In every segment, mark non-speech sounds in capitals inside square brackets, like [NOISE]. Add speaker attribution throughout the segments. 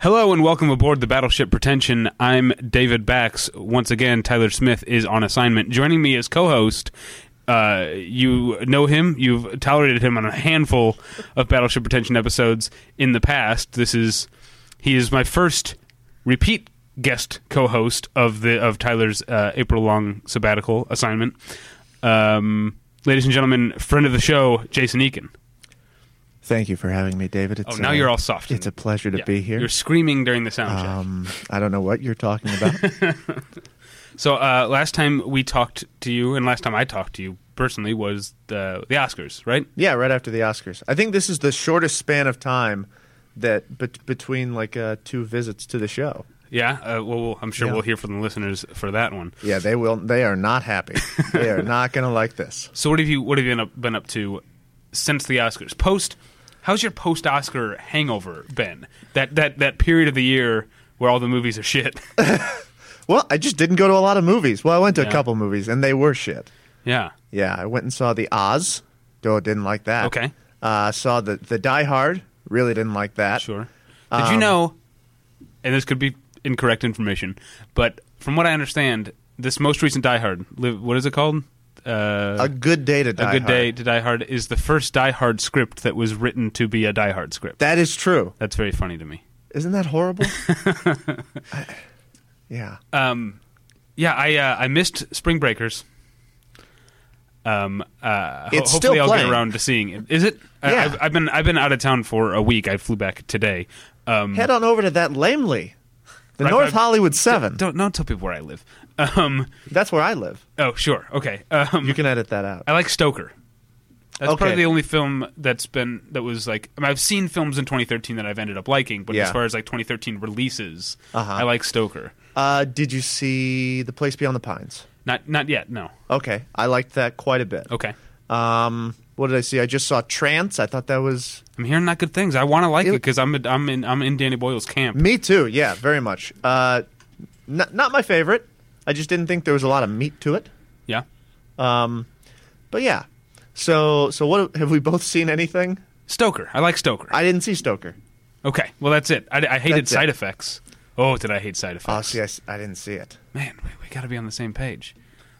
Speaker 1: Hello and welcome aboard the Battleship Pretension. I'm David Bax. Once again, Tyler Smith is on assignment. Joining me as co-host, uh, you know him. You've tolerated him on a handful of Battleship Pretension episodes in the past. This is he is my first repeat guest co-host of the of Tyler's uh, April-long sabbatical assignment. Um, ladies and gentlemen, friend of the show, Jason Eakin.
Speaker 2: Thank you for having me, David. It's,
Speaker 1: Oh, now
Speaker 2: uh,
Speaker 1: you're all soft.
Speaker 2: It's a pleasure to
Speaker 1: Yeah.
Speaker 2: be here.
Speaker 1: You're screaming during the sound check.
Speaker 2: Um, I don't know what you're talking
Speaker 1: [LAUGHS]
Speaker 2: about.
Speaker 1: So uh, last time we talked to you, and last time I talked to you personally was the the Oscars, right?
Speaker 2: yeah, right after the Oscars. I think this is the shortest span of time that bet between like uh, two visits to the show.
Speaker 1: Yeah. Uh, well, we'll- I'm sure
Speaker 2: Yeah.
Speaker 1: we'll hear from the listeners for that one.
Speaker 2: Yeah, they will. They are not happy. they are not going to like this.
Speaker 1: So what have you what have you been up, been up to since the Oscars? Post, how's your post Oscar hangover been? That that that period of the year where all the movies are
Speaker 2: [LAUGHS]
Speaker 1: shit.
Speaker 2: Well, I just didn't go to a lot of movies. Well, I went to
Speaker 1: Yeah.
Speaker 2: a couple movies, and they were shit.
Speaker 1: yeah.
Speaker 2: Yeah, I went and saw the Oz. Though didn't like that.
Speaker 1: Okay.
Speaker 2: Uh, saw the the Die Hard. Really didn't like that.
Speaker 1: Sure. Did you
Speaker 2: Um,
Speaker 1: know? And this could be incorrect information, but from what I understand, this most recent Die Hard, li- what is it called? Uh,
Speaker 2: A good day to Die
Speaker 1: A Good
Speaker 2: Hard.
Speaker 1: Day to Die Hard is the first Die Hard script that was written to be a Die Hard script.
Speaker 2: That is true.
Speaker 1: That's very funny to me.
Speaker 2: Isn't that horrible?
Speaker 1: [LAUGHS]
Speaker 2: I- yeah.
Speaker 1: Um, yeah, I uh, I missed Spring Breakers. Um, uh, ho-
Speaker 2: It's
Speaker 1: hopefully
Speaker 2: still
Speaker 1: I'll
Speaker 2: playing.
Speaker 1: get around to seeing it. Is it? I-
Speaker 2: Yeah.
Speaker 1: I've, I've been I've been out of town for a week. I flew back today. Um,
Speaker 2: Head on over to that lamely. The
Speaker 1: Right,
Speaker 2: North
Speaker 1: right.
Speaker 2: Hollywood 7.
Speaker 1: don't don't tell people where I live. Um,
Speaker 2: That's where I live.
Speaker 1: oh sure, okay. Um,
Speaker 2: You can edit that out.
Speaker 1: I like Stoker. That's
Speaker 2: Okay.
Speaker 1: probably the only film that's been that was like I mean, I've seen films in 2013 that I've ended up liking, but as
Speaker 2: Yeah.
Speaker 1: far as like 2013 releases,
Speaker 2: Uh-huh.
Speaker 1: I like Stoker.
Speaker 2: Uh, did you see The Place Beyond the Pines?
Speaker 1: Not not yet. No.
Speaker 2: Okay. I liked that quite a bit.
Speaker 1: Okay.
Speaker 2: Um, what did I see? I just saw Trance. I thought that was.
Speaker 1: I'm hearing not good things. I want to like it
Speaker 2: It-
Speaker 1: because I'm a, I'm in I'm in Danny Boyle's camp.
Speaker 2: Me too. Yeah, very much. Uh, n- not my favorite. I just didn't think there was a lot of meat to it.
Speaker 1: Yeah.
Speaker 2: Um, but yeah. So, so what have we both seen anything?
Speaker 1: Stoker. I like Stoker.
Speaker 2: I didn't see Stoker.
Speaker 1: okay. Well, that's it. I, I hated
Speaker 2: That's it.
Speaker 1: side effects. Oh, did I hate side effects?
Speaker 2: Oh, see, I, s- I didn't see it.
Speaker 1: Man, we, we got to be on the same page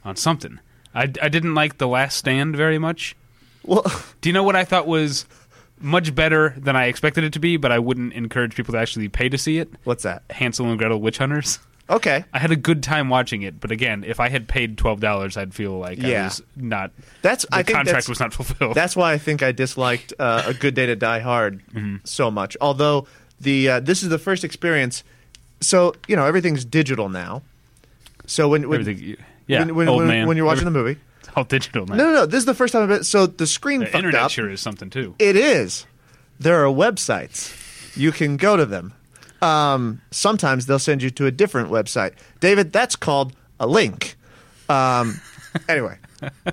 Speaker 1: on something. I I didn't like The Last Stand very much.
Speaker 2: Well, [LAUGHS]
Speaker 1: Do you know what I thought was much better than I expected it to be, but I wouldn't encourage people to actually pay to see it?
Speaker 2: What's that?
Speaker 1: Hansel and Gretel Witch Hunters. [LAUGHS]
Speaker 2: Okay,
Speaker 1: I had a good time watching it, but again, if I had paid twelve dollars, I'd feel like I
Speaker 2: Yeah.
Speaker 1: was not.
Speaker 2: that's
Speaker 1: The
Speaker 2: I think
Speaker 1: contract
Speaker 2: that's,
Speaker 1: was not fulfilled.
Speaker 2: that's why I think I disliked uh, a good day to die hard
Speaker 1: Mm-hmm.
Speaker 2: so much. Although the uh, this is the first experience, so you know everything's digital now. So when when
Speaker 1: Everything- yeah,
Speaker 2: when, when,
Speaker 1: old
Speaker 2: when,
Speaker 1: man.
Speaker 2: when you're watching the
Speaker 1: Every-
Speaker 2: movie,
Speaker 1: It's all digital now.
Speaker 2: no, no, no, this is the first time. I've been, so the screen
Speaker 1: the
Speaker 2: fucked
Speaker 1: internet
Speaker 2: up.
Speaker 1: sure is something too.
Speaker 2: It is. There are websites. You can go to them. Um, sometimes they'll send you to a different website. David, that's called a link. Um, [LAUGHS] anyway,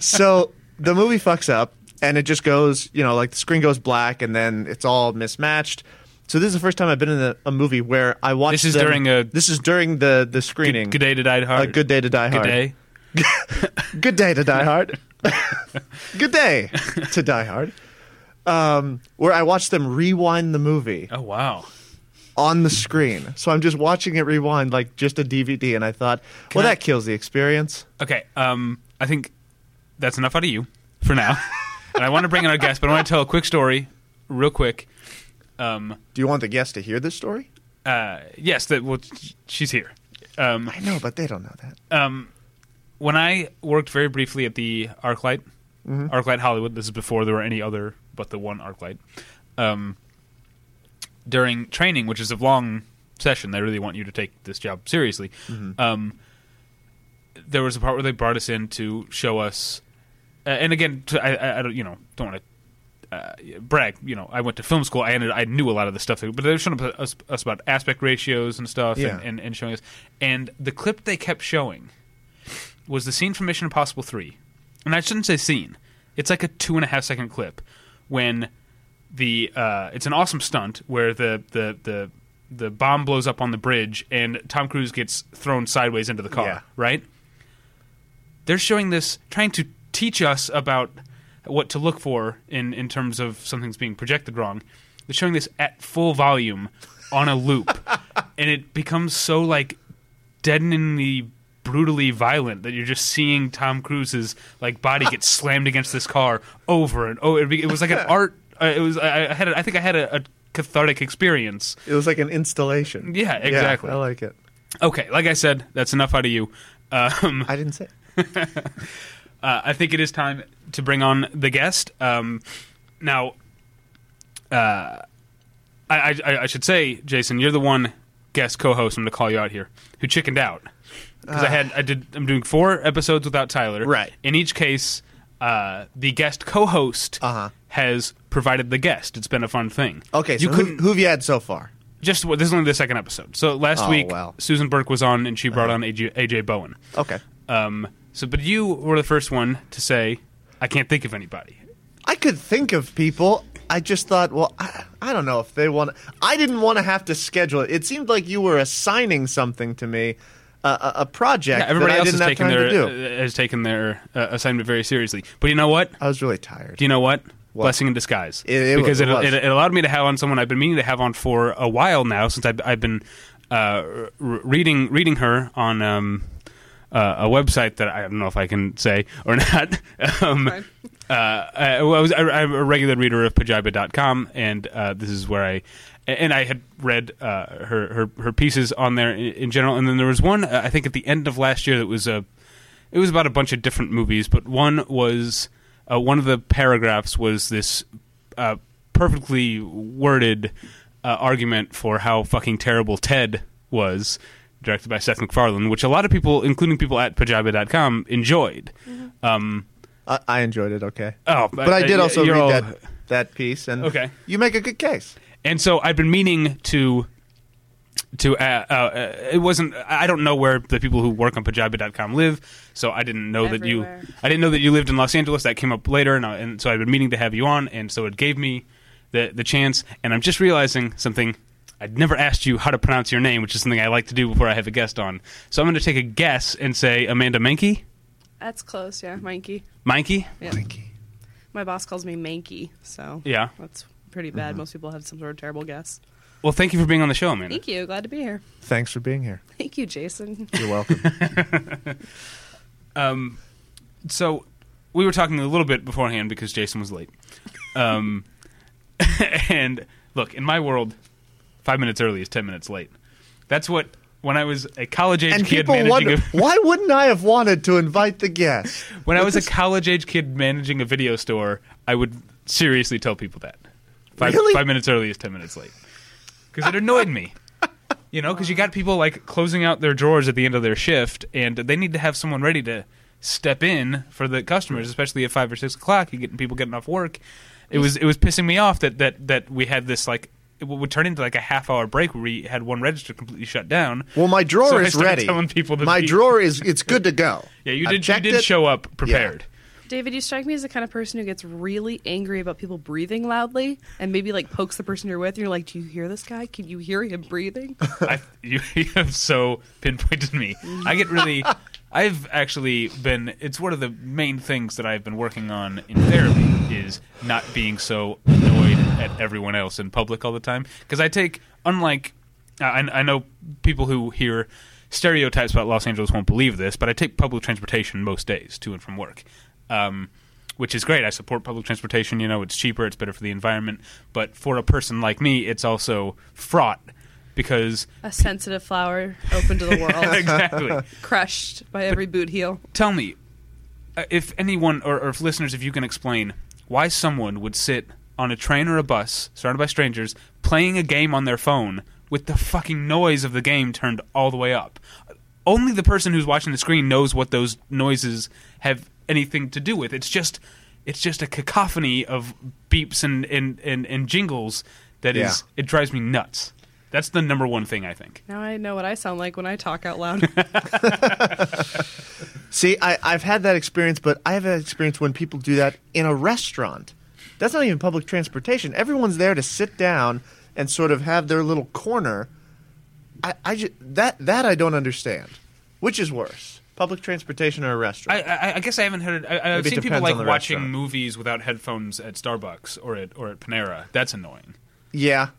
Speaker 2: so the movie fucks up and it just goes, you know, like the screen goes black and then it's all mismatched. So this is the first time I've been in a, a movie where I watched.
Speaker 1: This is
Speaker 2: them-
Speaker 1: during a-
Speaker 2: This is during the the screening.
Speaker 1: Good day to die hard.
Speaker 2: A good day to die
Speaker 1: Good
Speaker 2: hard.
Speaker 1: day.
Speaker 2: Good day to
Speaker 1: [LAUGHS]
Speaker 2: Die Hard. Good day to Die Hard. Um, where I watched them rewind the movie
Speaker 1: Oh wow.
Speaker 2: on the screen. So I'm just watching it rewind like just a DVD, and I thought, well,
Speaker 1: I-
Speaker 2: that kills the experience.
Speaker 1: Okay. Um, I think that's enough out of you for [LAUGHS] now. and I want to bring in our guest, but I want to tell a quick story, real quick. Um,
Speaker 2: Do you want the guests to hear this story?
Speaker 1: uh, yes, that well, sh- she's here. Um,
Speaker 2: I know, but they don't know that.
Speaker 1: um, when I worked very briefly at the ArcLight, ArcLight Hollywood. This is before there were any other but the one ArcLight. Um, during training, which is a long session, they really want you to take this job seriously. Um, there was a part where they brought us in to show us, uh, and again, to, I, I, I don't, you know, don't want to. Uh, brag, you know, I went to film school. I ended, I knew a lot of the stuff, but they were showing us, us about aspect ratios and stuff,
Speaker 2: Yeah.
Speaker 1: and, and, and showing us. And the clip they kept showing was the scene from Mission Impossible 3. And I shouldn't say scene. It's like a two and a half second clip when the uh, it's an awesome stunt where the, the the the bomb blows up on the bridge and Tom Cruise gets thrown sideways into the car,
Speaker 2: Yeah.
Speaker 1: right? They're showing this trying to teach us about what to look for in, in terms of something's being projected wrong. They're showing this at full volume on a loop and it becomes so like deadeningly brutally violent that you're just seeing Tom Cruise's like body get slammed against this car over and over. It, be- it was like an art. Uh, it was. I, I had. A, I think I had a, a cathartic experience.
Speaker 2: It was like an installation.
Speaker 1: Yeah, exactly.
Speaker 2: I like it.
Speaker 1: Okay, like I said, that's enough out of you. Um,
Speaker 2: I didn't say.
Speaker 1: uh, I think it is time to bring on the guest. Um, now, uh, I, I, I should say, Jason, you're the one guest co-host. I'm going to call you out here who chickened out because I had I did I'm doing four episodes without Tyler.
Speaker 2: Right.
Speaker 1: In each case, uh, the guest co-host
Speaker 2: Uh-huh.
Speaker 1: has provided the guest. It's been a fun thing.
Speaker 2: Okay, so
Speaker 1: you couldn't
Speaker 2: who, who've you had so far?
Speaker 1: just this is only the second episode. So last
Speaker 2: Oh,
Speaker 1: week,
Speaker 2: wow. Uh-huh.
Speaker 1: Susan Burke was on and she brought on AJ, AJ Bowen.
Speaker 2: Okay,
Speaker 1: Um, so, but you were the first one to say, "I can't think of anybody."
Speaker 2: I could think of people. I just thought, well, I, I don't know if they want. I didn't want to have to schedule it. It seemed like you were assigning something to me, uh, a, a project
Speaker 1: Everybody
Speaker 2: that I
Speaker 1: else
Speaker 2: didn't
Speaker 1: has
Speaker 2: have
Speaker 1: taken
Speaker 2: time
Speaker 1: their
Speaker 2: to do.
Speaker 1: uh, has taken their uh, assignment very seriously. But you know what?
Speaker 2: I was really tired.
Speaker 1: Do you know what? Blessing in disguise.
Speaker 2: It- it
Speaker 1: because
Speaker 2: was- it was.
Speaker 1: it, it, allowed me to have on someone I've been meaning to have on for a while now since I've, I've been uh, r- reading reading her on um, uh, a website that I don't know if I can say or [LAUGHS] not. um,
Speaker 3: Fine.
Speaker 1: uh, I, well, I was, I, am a regular reader of Pajaba.com, and uh, this is where I and I had read uh, her, her her pieces on there in, in general. And then there was one uh, I think at the end of last year that was a it was about a bunch of different movies, but one was uh, one of the paragraphs was this uh, perfectly worded uh, argument for how fucking terrible Ted was, directed by Seth MacFarlane, which a lot of people, including people at Pajaba.com, enjoyed. Um,
Speaker 2: I, I enjoyed it. Okay.
Speaker 1: oh,
Speaker 2: but I did also
Speaker 1: you're
Speaker 2: read
Speaker 1: all-
Speaker 2: that that piece, and
Speaker 1: Okay.
Speaker 2: you make a good case.
Speaker 1: and so I've been meaning to to uh, uh, uh, it wasn't I don't know where the people who work on Pajaba.com live, so I didn't know
Speaker 3: Everywhere.
Speaker 1: that you I didn't know that you lived in Los Angeles. That came up later, and, I, and so I've been meaning to have you on, and so it gave me the the chance. And I'm just realizing something. I'd never asked you how to pronounce your name, which is something I like to do before I have a guest on. So I'm going to take a guess and say Amanda Mankey.
Speaker 3: That's close, yeah. Mankey.
Speaker 1: Mankey?
Speaker 3: Yeah. My boss calls me Mankey, so
Speaker 1: Yeah.
Speaker 3: that's pretty bad. Most people have some sort of terrible guess.
Speaker 1: Well, thank you for being on the show, Amanda.
Speaker 3: Thank you. Glad to be here.
Speaker 2: Thanks for being here.
Speaker 3: Thank you, Jason.
Speaker 1: [LAUGHS]
Speaker 2: You're welcome.
Speaker 1: Um, so we were talking a little bit beforehand because Jason was late. Um, [LAUGHS] and look, in my world, five minutes early is ten minutes late. That's what when I was a college age
Speaker 2: and
Speaker 1: kid
Speaker 2: people
Speaker 1: managing
Speaker 2: wonder
Speaker 1: a,
Speaker 2: why wouldn't I have wanted to invite the guest?
Speaker 1: when I
Speaker 2: But
Speaker 1: was
Speaker 2: this-
Speaker 1: a college age kid managing a video store, I would seriously tell people that five,
Speaker 2: Really?
Speaker 1: five minutes early is ten minutes late because it annoyed me. You know, because you got people like closing out their drawers at the end of their shift, and they need to have someone ready to step in for the customers, especially at five or six o'clock. You getting people getting off work. It was it was pissing me off that that that we had this like it would turn into like a half hour break where we had one register completely shut down.
Speaker 2: well,
Speaker 1: [LAUGHS]
Speaker 2: my drawer
Speaker 1: So I
Speaker 2: is
Speaker 1: started
Speaker 2: ready.
Speaker 1: telling people to
Speaker 2: my
Speaker 1: be-
Speaker 2: drawer is it's good to go.
Speaker 1: [LAUGHS] Yeah, you
Speaker 2: I've
Speaker 1: did. You
Speaker 2: checked
Speaker 1: did
Speaker 2: it.
Speaker 1: show up prepared.
Speaker 3: David, you strike me as the kind of person who gets really angry about people breathing loudly and maybe like pokes the person you're with and you're like, Do you hear this guy? Can you hear him [LAUGHS] breathing?
Speaker 1: I, you, [LAUGHS] you have so pinpointed me. I get really. I've actually been. It's one of the main things that I've been working on in therapy is not being so annoyed at everyone else in public all the time. Because I take, unlike, I, I know people who hear stereotypes about Los Angeles won't believe this, but I take public transportation most days to and from work. Um, which is great. I support public transportation. You know, it's cheaper, it's better for the environment. But for a person like me, it's also fraught because
Speaker 3: A sensitive flower open to the world,
Speaker 1: [LAUGHS] exactly.
Speaker 3: crushed by every boot heel.
Speaker 1: Tell me, uh, if anyone or, or if listeners, if you can explain why someone would sit on a train or a bus surrounded by strangers playing a game on their phone with the fucking noise of the game turned all the way up. Only the person who's watching the screen knows what those noises have anything to do with. It's just it's just a cacophony of beeps and and, and, and jingles that is
Speaker 2: Yeah.
Speaker 1: it drives me nuts. That's the number one thing I think.
Speaker 3: Now I know what I sound like when I talk out loud.
Speaker 1: [LAUGHS]
Speaker 2: See, I, I've had that experience, but I have that experience when people do that in a restaurant. That's not even public transportation. Everyone's there to sit down and sort of have their little corner. I, I ju- that that I don't understand. Which is worse, public transportation or a restaurant?
Speaker 1: I, I, I guess I haven't heard. I, I've
Speaker 2: Maybe it
Speaker 1: seen people
Speaker 2: depends
Speaker 1: like
Speaker 2: on the
Speaker 1: watching
Speaker 2: restaurant.
Speaker 1: movies without headphones at Starbucks or at or at Panera. That's annoying.
Speaker 2: yeah,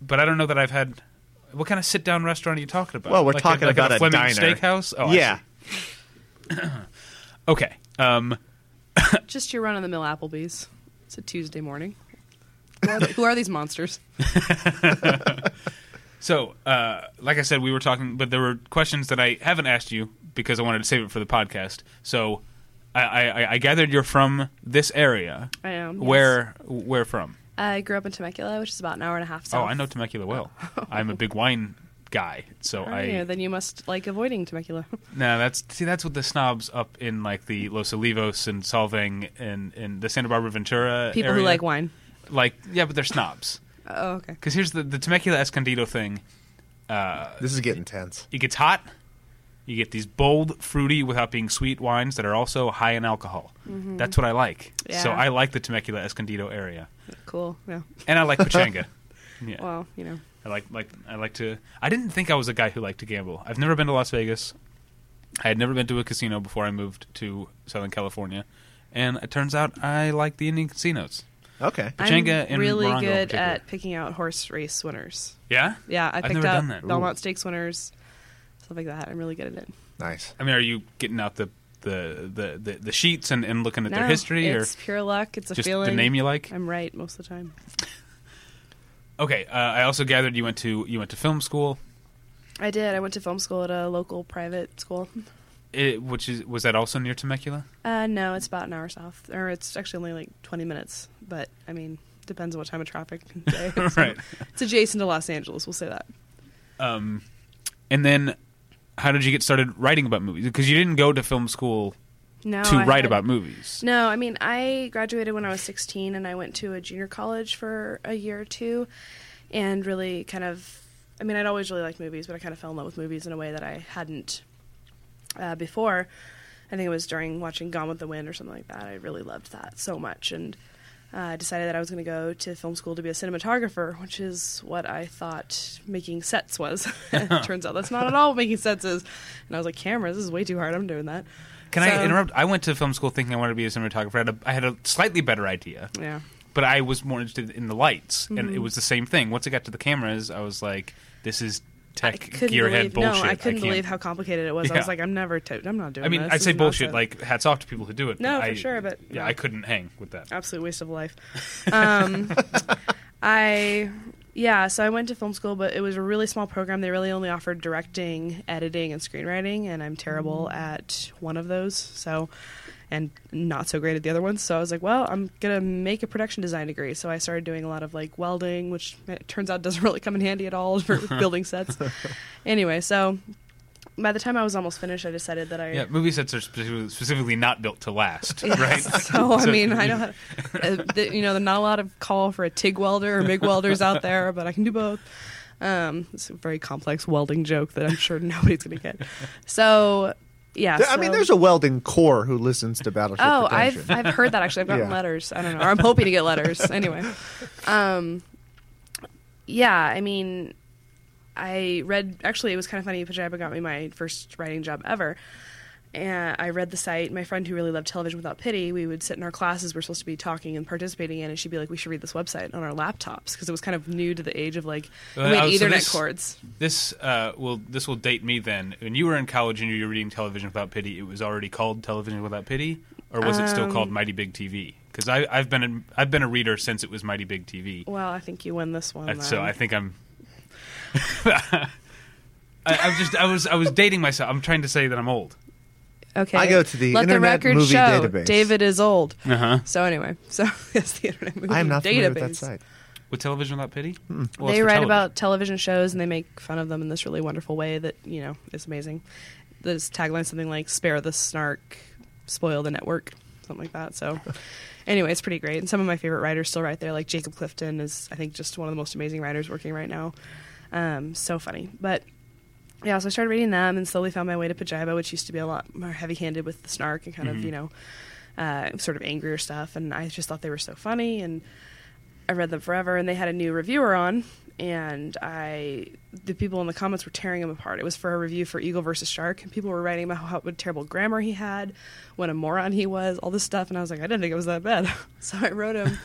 Speaker 1: But I don't know that I've had What kind of sit down restaurant are you talking about?
Speaker 2: Well, we're
Speaker 1: Like a-
Speaker 2: talking
Speaker 1: like
Speaker 2: about
Speaker 1: a Fleming
Speaker 2: diner.
Speaker 1: Steakhouse. Oh, I
Speaker 2: yeah,
Speaker 1: see. Okay. Um,
Speaker 3: Just your run of the mill Applebee's. It's a Tuesday morning. Who are, the- who are these monsters?
Speaker 1: so, uh, like I said, we were talking, but there were questions that I haven't asked you because I wanted to save it for the podcast. So, I, I, I gathered you're from this area.
Speaker 3: I am, yes.
Speaker 1: Where? Where from?
Speaker 3: I grew up in Temecula, which is about an hour and a half
Speaker 1: Oh,
Speaker 3: south.
Speaker 1: I know Temecula
Speaker 3: [LAUGHS]
Speaker 1: well. I'm a big wine guy, so
Speaker 3: Oh,
Speaker 1: I.
Speaker 3: yeah, then you must like avoiding
Speaker 1: [LAUGHS]
Speaker 3: Temecula.
Speaker 1: No, that's see, that's what the snobs up in like the Los Olivos and Solvang and and the Santa Barbara Ventura.
Speaker 3: People who
Speaker 1: area,
Speaker 3: like wine.
Speaker 1: like yeah, but they're snobs.
Speaker 3: Oh, okay.
Speaker 1: Because here's the the Temecula Escondido thing. Uh,
Speaker 2: this is getting tense.
Speaker 1: it gets hot. You get these bold, fruity, without being sweet wines that are also high in alcohol. That's what I like. So
Speaker 3: Mm-hmm. Yeah.
Speaker 1: I like the Temecula Escondido area,
Speaker 3: Cool. Yeah.
Speaker 1: and I like
Speaker 3: [LAUGHS]
Speaker 1: pachanga. yeah,
Speaker 3: Well, you know.
Speaker 1: I like like I like to. I didn't think I was a guy who liked to gamble. I've never been to Las Vegas. I had never been to a casino before I moved to Southern California, and it turns out I like the Indian casinos.
Speaker 2: Okay,
Speaker 1: Pachanga
Speaker 3: I'm
Speaker 1: and
Speaker 3: really
Speaker 1: Morongo in
Speaker 3: good
Speaker 1: particular.
Speaker 3: at picking out horse race winners.
Speaker 1: Yeah,
Speaker 3: Yeah, I
Speaker 1: I've
Speaker 3: picked
Speaker 1: never
Speaker 3: out
Speaker 1: done that.
Speaker 3: Belmont Stakes winners, stuff like that. I'm really good at it.
Speaker 2: nice.
Speaker 1: I mean, are you getting out the the the, the, the sheets and, and looking at their
Speaker 3: No,
Speaker 1: history, or
Speaker 3: it's pure luck. It's a
Speaker 1: just
Speaker 3: feeling.
Speaker 1: the name you like?
Speaker 3: I'm right most of the time.
Speaker 1: Okay, uh, I also gathered you went to you went to film school,
Speaker 3: I did. I went to film school at a local private school.
Speaker 1: it, which is was that also near Temecula?
Speaker 3: Uh, no, it's about an hour south, or it's actually only like 20 minutes. But I mean, depends on what time of traffic. [LAUGHS] and Day. So,
Speaker 1: [LAUGHS] right.
Speaker 3: [LAUGHS] It's adjacent to Los Angeles. We'll say that.
Speaker 1: Um, and then, how did you get started writing about movies? Because you didn't go to film school
Speaker 3: No,
Speaker 1: to
Speaker 3: I
Speaker 1: write
Speaker 3: had-
Speaker 1: about movies.
Speaker 3: No, I mean, I graduated when I was 16 and I went to a junior college for a year or two and really kind of, I mean, I'd always really liked movies, but I kind of fell in love with movies in a way that I hadn't uh, before. I think it was during watching Gone with the Wind or something like that. I really loved that so much and uh, decided that I was going to go to film school to be a cinematographer, which is what I thought making sets was. [LAUGHS] Turns out that's not at all what making sets is. And I was like, cameras, this is way too hard. I'm doing that.
Speaker 1: Can
Speaker 3: So-
Speaker 1: I interrupt? I went to film school thinking I wanted to be a cinematographer. I had a, I had a slightly better idea,
Speaker 3: Yeah.
Speaker 1: but I was more interested in the lights, and it
Speaker 3: Mm-hmm.
Speaker 1: was the same thing. Once I got to the cameras, I was like, "This is
Speaker 3: I
Speaker 1: tech
Speaker 3: couldn't
Speaker 1: gearhead
Speaker 3: believe,
Speaker 1: bullshit."
Speaker 3: No, I couldn't
Speaker 1: can't-
Speaker 3: believe how complicated it was. I
Speaker 1: Yeah.
Speaker 3: was like, I'm never, to- I'm not doing.
Speaker 1: I mean,
Speaker 3: this.
Speaker 1: I
Speaker 3: This
Speaker 1: say
Speaker 3: is
Speaker 1: bullshit. Like,
Speaker 3: nonsense.
Speaker 1: hats off to people who do it.
Speaker 3: No, for
Speaker 1: I-
Speaker 3: sure, but-
Speaker 1: yeah, I couldn't hang with that.
Speaker 3: absolute waste of life. Um, [LAUGHS] I yeah, so I went to film school, but it was a really small program. They really only offered directing, editing, and screenwriting, and I'm terrible at one of those. So. And not so great at the other ones, so I was like, "Well, I'm gonna make a production design degree." So I started doing a lot of like welding, which it turns out doesn't [LAUGHS] really come in handy at all for building sets. anyway, so by the time I was almost finished, I decided that I
Speaker 1: Yeah, movie sets are specifically, specifically not built to
Speaker 3: [LAUGHS]
Speaker 1: last,
Speaker 2: [LAUGHS]
Speaker 1: right?
Speaker 3: So I
Speaker 1: [LAUGHS] So
Speaker 3: mean,
Speaker 1: you-
Speaker 3: I know how uh, th you know, there's not a lot of call for a TIG welder or MIG welders out there, but I can do both. Um, it's a very complex welding joke that I'm sure [LAUGHS] nobody's going to get. So yeah,
Speaker 2: I mean,
Speaker 3: so-
Speaker 2: there's a welding core who listens to Battleship
Speaker 3: Oh,
Speaker 2: Pretension.
Speaker 3: I've I've heard that actually. I've
Speaker 2: [LAUGHS]
Speaker 3: gotten
Speaker 2: Yeah.
Speaker 3: letters. I don't know. Or I'm hoping to get letters
Speaker 2: [LAUGHS]
Speaker 3: anyway. Um, yeah, I mean, I read. Actually, it was kind of funny. Pajaba got me my first writing job ever. And I read the site. My friend who really loved television without pity, we would sit in our classes we're supposed to be talking and participating in, and she'd be like, "We should read this website on our laptops" because it was kind of new to the age of like
Speaker 1: Well,
Speaker 3: we had
Speaker 1: oh, so
Speaker 3: Ethernet
Speaker 1: this-
Speaker 3: cords.
Speaker 1: This uh, will this will date me then. When you were in college and you were reading Television Without Pity, it was already called Television Without Pity, or was it
Speaker 3: Um,
Speaker 1: still called Mighty Big TV? Because I've been a, I've been a reader since it was Mighty Big TV,
Speaker 3: Well, I think you win this one.
Speaker 1: Uh, so
Speaker 3: then.
Speaker 1: I think I'm. [LAUGHS] I, I'm just I was I was dating myself. I'm trying to say that I'm old.
Speaker 3: Okay.
Speaker 2: I go to the
Speaker 3: Let
Speaker 2: Internet
Speaker 3: the record
Speaker 2: Movie
Speaker 3: show
Speaker 2: Database.
Speaker 3: David is old.
Speaker 1: Uh huh.
Speaker 3: So anyway, so [LAUGHS] it's the internet movie
Speaker 2: I am not familiar
Speaker 3: database.
Speaker 2: with that site.
Speaker 1: With Television Without Pity, Well, it's
Speaker 3: they
Speaker 1: for
Speaker 3: write
Speaker 1: television.
Speaker 3: about television shows and they make fun of them in this really wonderful way that you know is amazing. This tagline something like "Spare the snark, spoil the network," something like
Speaker 1: [LAUGHS]
Speaker 3: that. So. Anyway, it's pretty great, and some of my favorite writers still write there. Like Jacob Clifton is, I think, just one of the most amazing writers working right now. Um, so funny, but yeah, so I started reading them and slowly found my way to Pajiba, which used to be a lot more heavy handed with the snark and kind
Speaker 1: Mm-hmm.
Speaker 3: of, you know, uh, sort of angrier stuff. And I just thought they were so funny. And I read them forever. And they had a new reviewer on. And I, the people in the comments were tearing him apart. It was for a review for Eagle versus Shark. And people were writing about how what terrible grammar he [LAUGHS] had, what a moron he was, all this stuff. And I was like, I didn't think it was that bad. so I wrote him.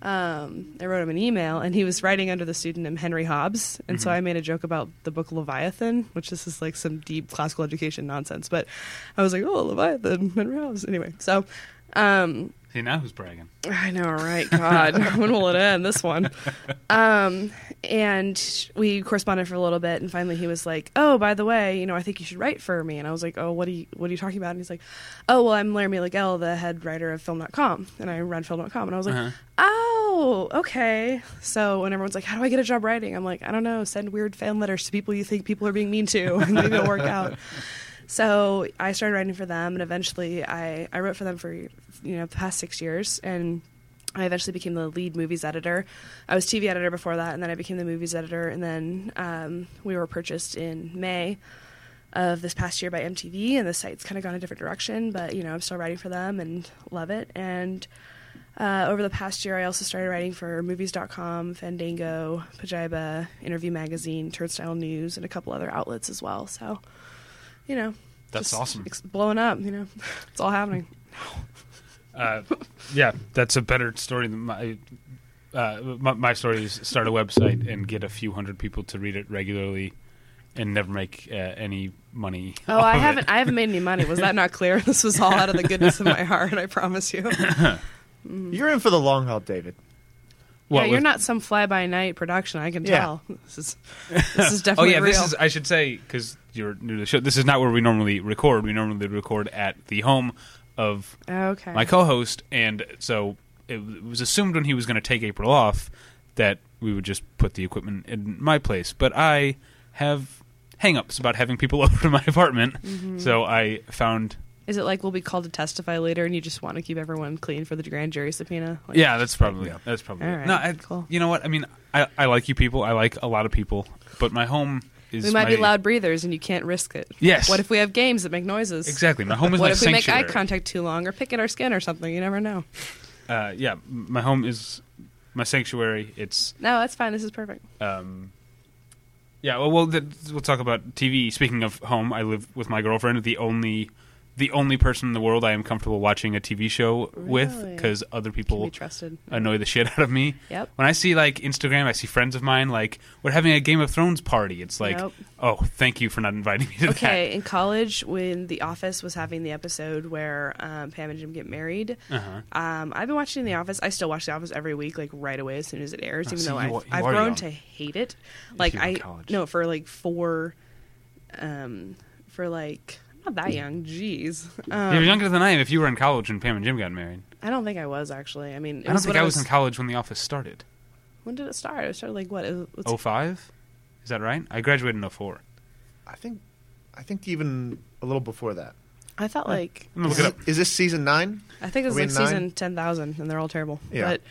Speaker 3: um, I wrote him an email, and he was writing under the pseudonym Henry Hobbs. And so I made a joke about the book Leviathan, which this is like some deep classical education nonsense. But I was like, oh, Leviathan, Henry Hobbs. Anyway, so um,
Speaker 1: See, now who's bragging?
Speaker 3: I know, right? God, [LAUGHS] when will it end? This one. Um, and we corresponded for a little bit, and finally he was like, "Oh, by the way, you know, I think you should write for me." And I was like, "Oh, what are you, what are you talking about?" And he's like, "Oh, well, I'm Laramie Lagell, the head writer of Film.com, and I run Film.com." And I was like,
Speaker 1: Uh-huh.
Speaker 3: "Oh, okay." So when everyone's like, "How do I get a job writing?" I'm like, "I don't know. Send weird fan letters to people you think people are being mean to, and maybe it'll work out." So I started writing for them, and eventually I, I wrote for them for you know the past six years, and I eventually became the lead movies editor. I was TV editor before that, and then I became the movies editor, and then um, we were purchased in May of this past year by MTV, and the site's kind of gone a different direction, but you know I'm still writing for them and love it. And uh, over the past year, I also started writing for Movies.com, Fandango, Pajiba, Interview Magazine, Turnstile News, and a couple other outlets as well. So you know,
Speaker 1: That's
Speaker 3: just
Speaker 1: awesome.
Speaker 3: ex- blowing up, you know, [LAUGHS] it's all happening.
Speaker 1: Uh, yeah, that's a better story than my. Uh, my, my story is start a website and get a few hundred people to read it regularly, and never make uh, any money.
Speaker 3: Oh,
Speaker 1: off
Speaker 3: I
Speaker 1: of it.
Speaker 3: haven't, I haven't made any money. Was that not clear? [LAUGHS] This was all out of the goodness of my heart. I promise you. Mm.
Speaker 2: You're in for the long haul, David.
Speaker 1: What,
Speaker 3: yeah, you're
Speaker 1: with-
Speaker 3: not some fly by night production. I can
Speaker 2: Yeah.
Speaker 3: tell. This is, this
Speaker 1: [LAUGHS]
Speaker 3: is
Speaker 1: Oh
Speaker 3: definitely
Speaker 1: yeah,
Speaker 3: real.
Speaker 1: this is. I should say because you're new to the show. This is not where we normally record. We normally record at the home of
Speaker 3: okay.
Speaker 1: my co-host, and so it, it was assumed when he was going to take April off that we would just put the equipment in my place. But I have hang-ups about having people [LAUGHS] over to my apartment,
Speaker 3: Mm-hmm.
Speaker 1: so I found.
Speaker 3: Is it like we'll be called to testify later, and you just want to keep everyone clean for the grand jury subpoena? Like,
Speaker 1: Yeah, that's probably
Speaker 2: Yeah.
Speaker 1: that's probably
Speaker 3: All
Speaker 1: it.
Speaker 3: right,
Speaker 1: no. I,
Speaker 3: cool.
Speaker 1: You know what? I mean, I, I like you people. I like a lot of people, but my home is
Speaker 3: We might be
Speaker 1: my-
Speaker 3: loud breathers, and you can't risk it.
Speaker 1: Yes.
Speaker 3: What if we have games that make noises?
Speaker 1: Exactly, my home is
Speaker 3: What
Speaker 1: my
Speaker 3: if we
Speaker 1: sanctuary.
Speaker 3: make eye contact too long, or pick at our skin, or something? You never know.
Speaker 1: uh, yeah, m- my home is my sanctuary. It's
Speaker 3: No, that's fine. This is perfect.
Speaker 1: um, yeah. Well, we'll, th- we'll talk about TV. Speaking of home, I live with my girlfriend. The only the only person in the world I am comfortable watching a TV show with
Speaker 3: Really?
Speaker 1: because other
Speaker 3: Can
Speaker 1: people
Speaker 3: be trusted.
Speaker 1: [LAUGHS] annoy the shit out of me.
Speaker 3: Yep.
Speaker 1: When I see like Instagram, I see friends of mine like we're having a Game of Thrones party. It's like,
Speaker 3: Nope.
Speaker 1: oh, thank you for not inviting me to
Speaker 3: Okay, in college, when The Office was having the episode where um, Pam and Jim get married,
Speaker 1: that. Uh-huh.
Speaker 3: um, I've been watching The Office. I still watch The Office every week, like right away as soon as it airs,
Speaker 1: Oh,
Speaker 3: even
Speaker 1: so
Speaker 3: though
Speaker 1: you
Speaker 3: I've,
Speaker 1: wa- you
Speaker 3: I've
Speaker 1: are
Speaker 3: grown
Speaker 1: young.
Speaker 3: to hate it. Like
Speaker 1: you were in
Speaker 3: I
Speaker 1: college.
Speaker 3: no for like four, um, for like I'm not that young. Jeez, um,
Speaker 1: You're younger than I am. If you were in college when Pam and Jim got married,
Speaker 3: I don't think I was actually. I mean, it
Speaker 1: I don't
Speaker 3: was
Speaker 1: think
Speaker 3: when
Speaker 1: I was in college when The Office started.
Speaker 3: When did it start? It started like what? It was, it's-
Speaker 1: Oh five, is that right? I graduated in 04.
Speaker 2: I think, I think even a little before that.
Speaker 3: I thought
Speaker 1: Oh.
Speaker 3: like
Speaker 1: I'm gonna look
Speaker 2: Is
Speaker 1: it
Speaker 2: this-
Speaker 1: up.
Speaker 2: is this season nine?
Speaker 3: I think it
Speaker 2: Are
Speaker 3: was
Speaker 2: we
Speaker 3: like
Speaker 2: in
Speaker 3: season
Speaker 2: nine?
Speaker 3: ten thousand, and they're all terrible.
Speaker 2: Yeah.
Speaker 3: But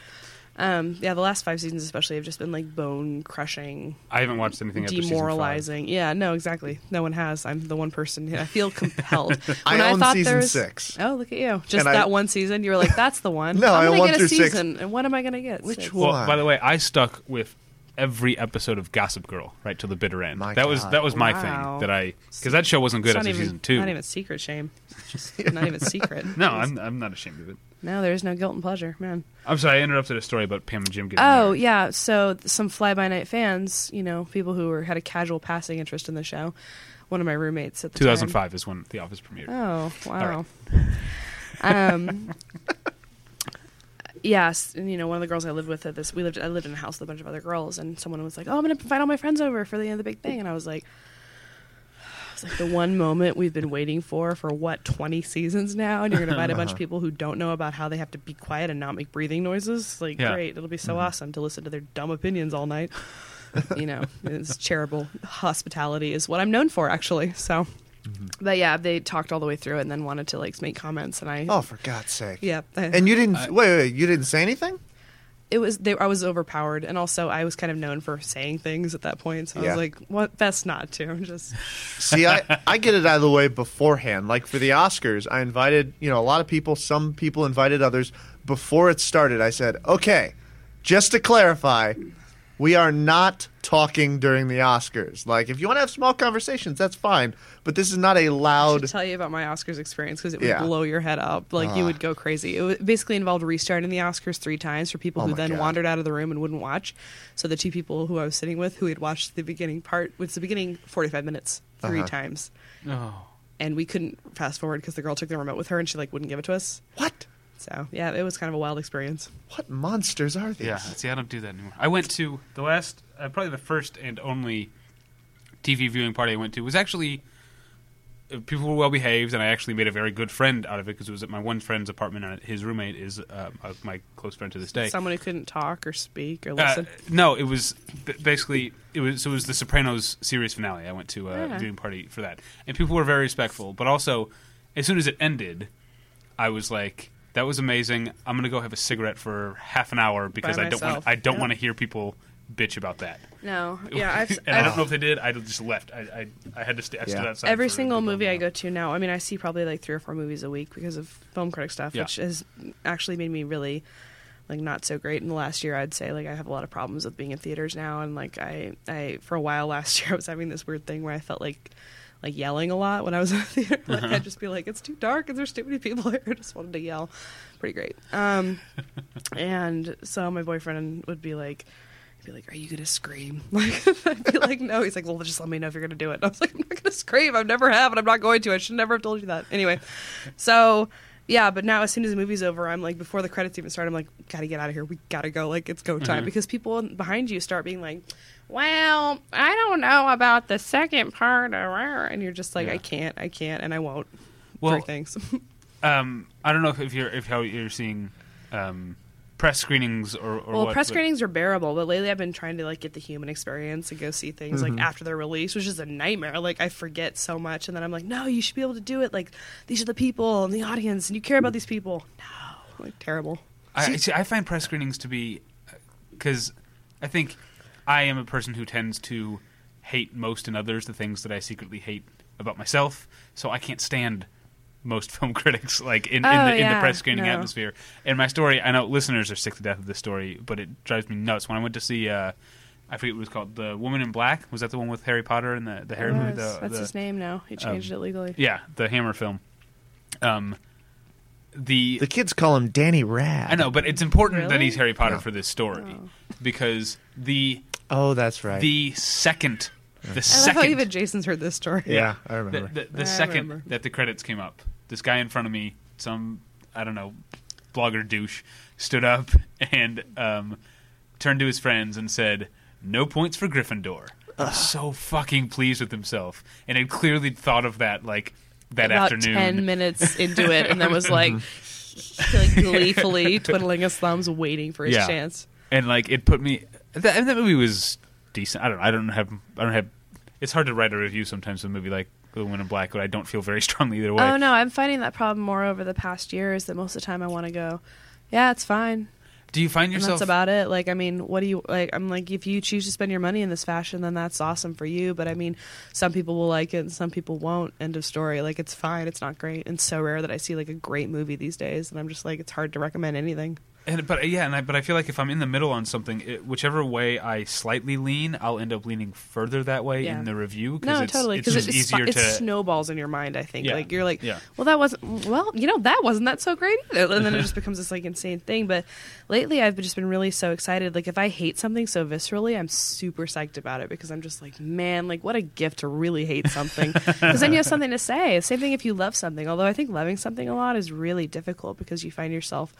Speaker 3: um, yeah, the last five seasons especially have just been like bone crushing,
Speaker 1: I haven't watched anything after season five.
Speaker 3: demoralizing. Yeah, no, exactly. No one has. I'm the one person. who- I feel
Speaker 2: [LAUGHS]
Speaker 3: compelled. When
Speaker 2: I own
Speaker 3: thought
Speaker 2: season
Speaker 3: there was-
Speaker 2: six.
Speaker 3: Oh, look at you! Just
Speaker 2: And I-
Speaker 3: that one season, you were like, "That's the one."
Speaker 2: [LAUGHS] No, I
Speaker 3: I'm gonna
Speaker 2: won
Speaker 3: get
Speaker 2: through
Speaker 3: a
Speaker 2: six.
Speaker 3: season, and what am I gonna get?
Speaker 2: Which
Speaker 3: Six.
Speaker 2: one?
Speaker 1: Well, by the way, I stuck with every episode of Gossip Girl right till the bitter end.
Speaker 2: My
Speaker 1: that was
Speaker 2: God.
Speaker 1: that was my
Speaker 3: Wow.
Speaker 1: thing that I because that show wasn't good
Speaker 3: It's
Speaker 1: after
Speaker 3: not even,
Speaker 1: season two.
Speaker 3: Not even
Speaker 2: [LAUGHS]
Speaker 3: secret shame. It's Just not even secret.
Speaker 1: no, I'm I'm not ashamed of it.
Speaker 3: no. There is no guilt and pleasure, man.
Speaker 1: I'm sorry, I interrupted a story about Pam and Jim getting
Speaker 3: Oh
Speaker 1: married.
Speaker 3: yeah, so th- some fly by night fans, you know, people who were had a casual passing interest in the show. One of my roommates at the
Speaker 1: 2005 is when The Office premiered.
Speaker 3: Time. Oh wow. um. Yes, and you know, one of the girls I lived with at this, we lived, I lived in a house with a bunch of other girls, and someone was like, "Oh, I'm going to invite all my friends over for the end of the big thing," and I was like, [SIGHS] "It's like the one moment we've been waiting for for what 20 seasons now, and you're going to invite a bunch of people who don't know about how they have to be quiet and not make breathing noises. Like,
Speaker 1: Yeah.
Speaker 3: great, it'll be so awesome to listen to their dumb opinions all night. you know, it's charitable hospitality is what I'm known for, actually. So, but yeah, they talked all the way through it and then wanted to like make comments, and I,
Speaker 2: Oh, for God's sake!
Speaker 3: yeah, I-
Speaker 2: And you didn't
Speaker 1: I-
Speaker 2: wait, wait, wait, You didn't say anything.
Speaker 3: it was they, I was overpowered, and also I was kind of known for saying things at that point. So I
Speaker 2: Yeah.
Speaker 3: was like, "What? Best not to." Just
Speaker 1: [LAUGHS]
Speaker 2: See, I, I get it out of the way beforehand. Like for the Oscars, I invited, you know, a lot of people, some people invited others. Before it started, I said, okay, just to clarify, We are not talking during the Oscars. Like, if you want to have small conversations, that's fine. But this is not a
Speaker 3: to
Speaker 2: loud.
Speaker 3: tell you about my Oscars experience because it would
Speaker 2: Yeah. Ah.
Speaker 3: blow your head up. Like you would go crazy. It wa- basically involved restarting the Oscars three times for people
Speaker 2: Oh
Speaker 3: who
Speaker 2: my
Speaker 3: then
Speaker 2: God.
Speaker 3: wandered out of the room and wouldn't watch. So the two people who I was sitting with who had watched the beginning part, which the beginning forty five minutes 3
Speaker 2: Uh-huh.
Speaker 3: times,
Speaker 1: Oh.
Speaker 3: and we couldn't fast forward because the girl took the remote with her and she like wouldn't give it to us.
Speaker 2: What?
Speaker 3: So yeah, it was kind of a wild experience.
Speaker 2: What monsters are these?
Speaker 1: Yeah, see, I don't do that anymore. I went to the last, uh, probably the first and only TV viewing party I went to was actually uh, people were well behaved, and I actually made a very good friend out of it because it was at my one friend's apartment, and his roommate is uh, uh, my close friend to this day.
Speaker 3: Someone who couldn't talk or speak or
Speaker 1: Uh,
Speaker 3: listen.
Speaker 1: no, it was b- basically it was it was the Sopranos series finale. I went to a
Speaker 3: Yeah.
Speaker 1: viewing party for that, and people were very respectful. But also, as soon as it ended, I was like, "That was amazing. I'm gonna go have a cigarette for half an hour because I don't want
Speaker 3: myself.
Speaker 1: I don't
Speaker 3: Yeah.
Speaker 1: want to hear people bitch about that."
Speaker 3: no, yeah, I've,
Speaker 1: [LAUGHS] and I don't know if they did. I just left. I I, I had to st- I stood
Speaker 2: Yeah.
Speaker 1: outside.
Speaker 3: every
Speaker 1: for
Speaker 3: single
Speaker 1: people
Speaker 3: movie
Speaker 1: to-
Speaker 3: I go to now, I mean, I see probably like three or four movies a week because of film critic stuff,
Speaker 1: Yeah.
Speaker 3: which has actually made me really like not so great in the last year. I'd say like I have a lot of problems with being in theaters now, and like I, I for a while last [LAUGHS] year I was having this weird thing where I felt like like yelling a lot when I was in the theater. [LAUGHS] Like
Speaker 1: Uh-huh.
Speaker 3: I'd just be like, it's too dark, and there's too many people here. [LAUGHS] I just wanted to yell. Pretty great. Um, and so my boyfriend would be like. he'd Be like, are you gonna scream? [LAUGHS] Like, I'd be like, no. He's like, well, just let me know if you're gonna do it. [LAUGHS] And I was like, I'm not gonna scream. I never have, and I'm not going to. I should never have told you that. Anyway, so yeah, but now as soon as the movie's over, I'm like, before the credits even start, I'm like, gotta get out of here. We gotta go. Like, it's go time
Speaker 1: Mm-hmm.
Speaker 3: because people behind you start being like, well, I don't know about the second part, or and you're just like,
Speaker 1: Yeah.
Speaker 3: I can't, I can't, and I won't.
Speaker 1: Well,
Speaker 3: Three things.
Speaker 1: Um, I don't know if, if you're if how you're seeing um, press screenings or, or
Speaker 3: Well,
Speaker 1: what,
Speaker 3: press
Speaker 1: but-
Speaker 3: screenings are bearable, but lately I've been trying to like get the human experience and go see things like after they're released, which is a nightmare. Like I forget so much, and then I'm like, no, you should be able to do it. Like these are the people and the audience, and you care about these people. No, like terrible.
Speaker 1: I see. I find press screenings to be because I think I am a person who tends to hate most in others the things that I secretly hate about myself. So I can't stand most [LAUGHS] film critics like in, in,
Speaker 3: Oh,
Speaker 1: the, in the
Speaker 3: yeah,
Speaker 1: press screening
Speaker 3: no.
Speaker 1: atmosphere. And my story, I know listeners are sick to death of this story, but it drives me nuts. When I went to see, uh, I forget what it was called, The Woman in Black. Was that the one with Harry Potter and the the Harry movie? The,
Speaker 3: That's
Speaker 1: the- um,
Speaker 3: his name now. He changed it legally.
Speaker 1: Yeah, the Hammer film. Um,
Speaker 2: The kids call him Danny Rad.
Speaker 1: I know, but it's important that
Speaker 3: Really?
Speaker 1: he's Harry Potter
Speaker 2: Yeah.
Speaker 1: for this story because the
Speaker 2: Oh, that's right.
Speaker 1: the second the
Speaker 3: I love how
Speaker 1: second
Speaker 3: even Jason's heard this story.
Speaker 2: yeah, I
Speaker 1: the,
Speaker 2: remember.
Speaker 1: the, the
Speaker 3: I
Speaker 1: second
Speaker 3: remember.
Speaker 1: that the credits came up, this guy in front of me, some I don't know blogger douche, stood up and um, turned to his friends and said, "No points for Gryffindor." I was so fucking pleased with himself, and had clearly thought of that like that
Speaker 3: About
Speaker 1: afternoon.
Speaker 3: ten minutes into it, and then
Speaker 1: [LAUGHS]
Speaker 3: was like, like gleefully twiddling his thumbs, waiting for his
Speaker 1: Mm-hmm. Yeah.
Speaker 3: chance.
Speaker 1: and like it put me. That, and that movie was decent. I don't. I don't have. I don't have. It's hard to write a review sometimes of a movie like The Woman in Black, but I don't feel very [LAUGHS] strongly either way.
Speaker 3: Oh no, I'm finding that problem more over the past year. Is that most of the time I want to go, yeah, it's fine.
Speaker 1: Do you find
Speaker 3: And
Speaker 1: yourself?
Speaker 3: that's about it. Like, I mean, what do you like? I'm like, if you choose to spend your money in this fashion, then that's awesome for you. But I mean, some people will like it and some people won't. End of story. Like, it's fine. It's not great. And so rare that I see like a great movie these days, and I'm just like, it's hard to recommend anything.
Speaker 1: and, but yeah, and I, but I feel like if I'm in the middle on something, it, whichever way I slightly lean, I'll end up leaning further that way
Speaker 3: Yeah.
Speaker 1: in the review because
Speaker 3: No,
Speaker 1: it's,
Speaker 3: totally.
Speaker 1: it's
Speaker 3: Because
Speaker 1: just
Speaker 3: it, it's,
Speaker 1: easier
Speaker 3: it
Speaker 1: to.
Speaker 3: snowballs in your mind. I think
Speaker 1: Yeah.
Speaker 3: like you're like,
Speaker 1: Yeah.
Speaker 3: well, that wasn't. Well, you know, that wasn't that so great either. And then
Speaker 1: [LAUGHS]
Speaker 3: it just becomes this like insane thing. But lately, I've just been really so excited. Like if I hate something so viscerally, I'm super psyched about it because I'm just like, man, like what a gift to really
Speaker 1: [LAUGHS]
Speaker 3: hate something because then you have something to say. Same thing if you love something. Although I think loving something a lot is really difficult because you find yourself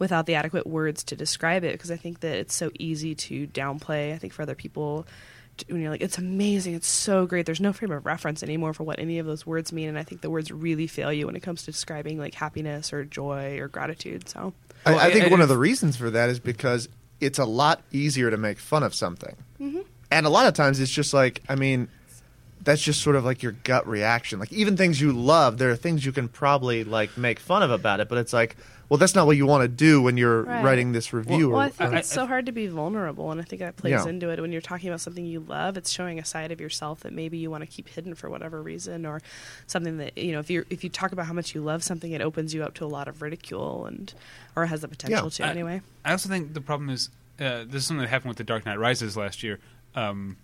Speaker 3: without the adequate words to describe it. Because I think that it's so easy to downplay. I think for other people t- when you're like, it's amazing, it's so great. There's no frame of reference anymore for what any of those words mean, and I think the words really fail you when it comes to describing like happiness or joy or gratitude. So,
Speaker 1: Well,
Speaker 2: I, I think
Speaker 1: and
Speaker 2: one
Speaker 1: if-
Speaker 2: of the reasons for that is because it's a lot easier to make fun of something,
Speaker 3: Mm-hmm.
Speaker 2: and a lot of times it's just like I mean, that's just sort of like your gut reaction. Like even things you love, there are things you can probably like make fun of about it, but it's like, well, that's not what you want to do when you're
Speaker 3: Right.
Speaker 2: writing this review.
Speaker 3: well, I
Speaker 2: or,
Speaker 3: think
Speaker 1: I-
Speaker 3: it's so hard to be vulnerable, and I think that plays
Speaker 2: Yeah.
Speaker 3: into it when you're talking about something you love. It's showing a side of yourself that maybe you want to keep hidden for whatever reason, or something that you know if you if you talk about how much you love something, it opens you up to a lot of ridicule and or has the potential to
Speaker 1: I-
Speaker 3: anyway.
Speaker 1: I, also think the problem is uh, this is something that happened with The Dark Knight Rises last year, um,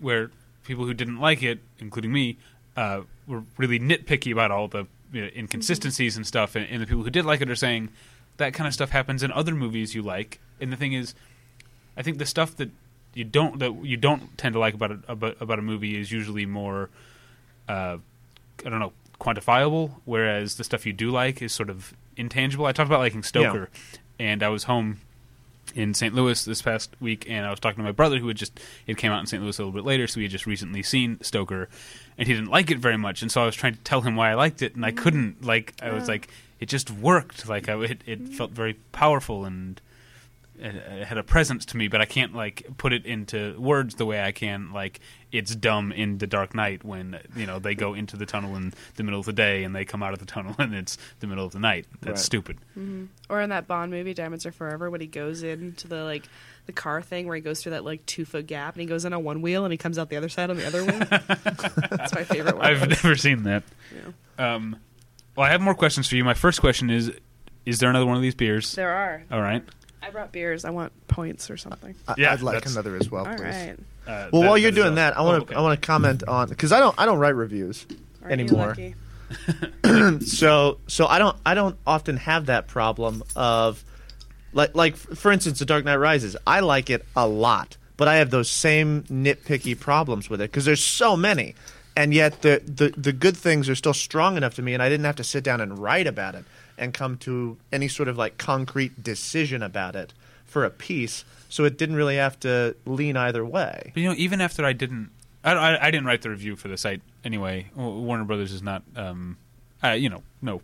Speaker 1: where people who didn't like it, including me, uh, were really nitpicky about all the you know, inconsistencies and stuff. And, and the people who did like it are saying that kind of stuff happens in other movies you like. And the thing is, I think the stuff that you don't that you don't tend to like about a, about, about a movie is usually more, uh, I don't know, quantifiable. Whereas the stuff you do like is sort of intangible. I talked about liking Stoker, and I was home in St. Louis this past week, and I was talking to my brother who had just it came out in St. Louis a little bit later, so he had just recently seen Stoker, and he didn't like it very much, and so I was trying to tell him why I liked it, and I couldn't. Like I was like, it just worked. Like I, it, it felt very powerful and it, it had a presence to me, but I can't like put it into words the way I can. Like it's dumb in The Dark Knight when you know they go into the tunnel in the middle of the day and they come out of the tunnel [LAUGHS] and it's the middle of the night. That's
Speaker 2: Right.
Speaker 1: stupid.
Speaker 3: Or in that Bond movie, Diamonds Are Forever, when he goes into the like the car thing where he goes through that like two foot gap and he goes in on one wheel and he comes out the other side on the other wheel. That's my favorite one.
Speaker 1: I've never seen that.
Speaker 3: Yeah.
Speaker 1: Um, well, I have more questions for you. My first question is: Is there another one of these beers?
Speaker 3: There are.
Speaker 1: All right.
Speaker 3: I brought beers. I want points or something.
Speaker 2: I-
Speaker 1: Yeah,
Speaker 2: I'd like
Speaker 1: that's-
Speaker 2: another as well,
Speaker 3: All
Speaker 2: please.
Speaker 3: right.
Speaker 1: Uh,
Speaker 2: Well,
Speaker 1: that-
Speaker 2: while you're
Speaker 1: that is
Speaker 2: doing
Speaker 1: all-
Speaker 2: that, I
Speaker 1: oh,
Speaker 2: want to
Speaker 1: okay.
Speaker 2: I want to comment on because I don't I don't write reviews
Speaker 3: Aren't you
Speaker 2: anymore.
Speaker 3: lucky?
Speaker 2: so so I don't I don't often have that problem of like like f- for instance, The Dark Knight Rises. I like it a lot, but I have those same nitpicky problems with it because there's so many, and yet the, the the good things are still strong enough to me, and I didn't have to sit down and write about it and come to any sort of like concrete decision about it for a piece. So it didn't really have to lean either way.
Speaker 1: But you know, even after I didn't, I, I, I didn't write the review for the site anyway. W- Warner Brothers is not, um, uh, you know, no,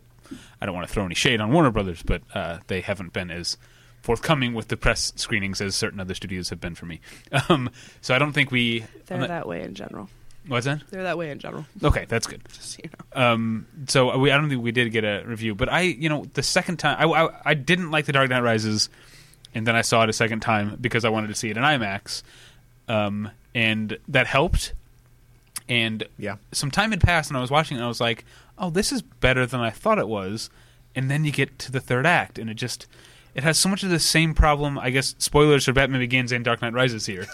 Speaker 1: I don't want to throw any shade on Warner Brothers, but uh, they haven't been as forthcoming with the press screenings as certain other studios have been for me. [LAUGHS] Um, so I don't think we.
Speaker 3: They're that way in general.
Speaker 1: What's that?
Speaker 3: They're that way in general. [LAUGHS]
Speaker 1: Okay, that's good.
Speaker 3: Just so you know.
Speaker 1: Um, so we, I don't think we did get a review, but I, you know, the second time I, I, I didn't like The Dark Knight Rises, and then I saw it a second time because I wanted to see it in IMAX, um, and that helped. And
Speaker 2: Yeah.
Speaker 1: some time had passed, and I was watching, it and I was like, "Oh, this is better than I thought it was." And then you get to the third act, and it just it has so much of the same problem. I guess spoilers for Batman Begins and Dark Knight Rises here.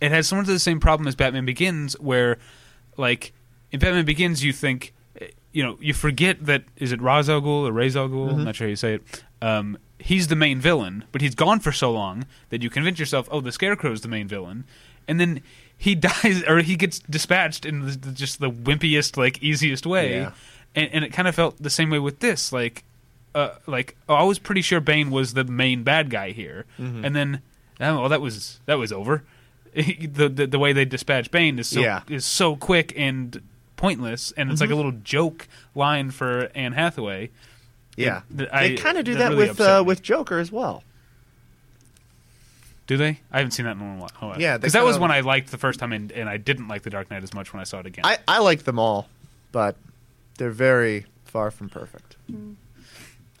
Speaker 1: it has so much of the same problem as Batman Begins, where like in Batman Begins, you think eh, you know you forget that is it Ra's al Ghul or Ra's al Ghul? I'm not sure how you say it. Um, he's the main villain, but he's gone for so long that you convince yourself, oh, the Scarecrow's the main villain, and then he [LAUGHS] dies or he gets dispatched in the, the- just the wimpiest, like easiest way.
Speaker 2: Yeah.
Speaker 1: And, and it kind of felt the same way with this, like. Uh, like oh, I was pretty sure Bane was the main bad guy here,
Speaker 2: Mm-hmm.
Speaker 1: and then oh, well, that was that was over. [LAUGHS] the, the the way they dispatch Bane is so
Speaker 2: Yeah. Mm-hmm.
Speaker 1: is so quick and pointless, and it's like a little joke line for Anne Hathaway.
Speaker 2: Yeah,
Speaker 1: Th- I-
Speaker 2: they kind of do
Speaker 1: that
Speaker 2: that
Speaker 1: really
Speaker 2: with
Speaker 1: upset
Speaker 2: uh,
Speaker 1: me.
Speaker 2: with Joker as well.
Speaker 1: Do they? I haven't seen that in a while. Oh, wow.
Speaker 2: Yeah, they
Speaker 1: because that was
Speaker 2: kinda-
Speaker 1: when I liked the first time, and, and I didn't like The Dark Knight as much when I saw it again.
Speaker 2: I, I like them all, but they're very far from perfect.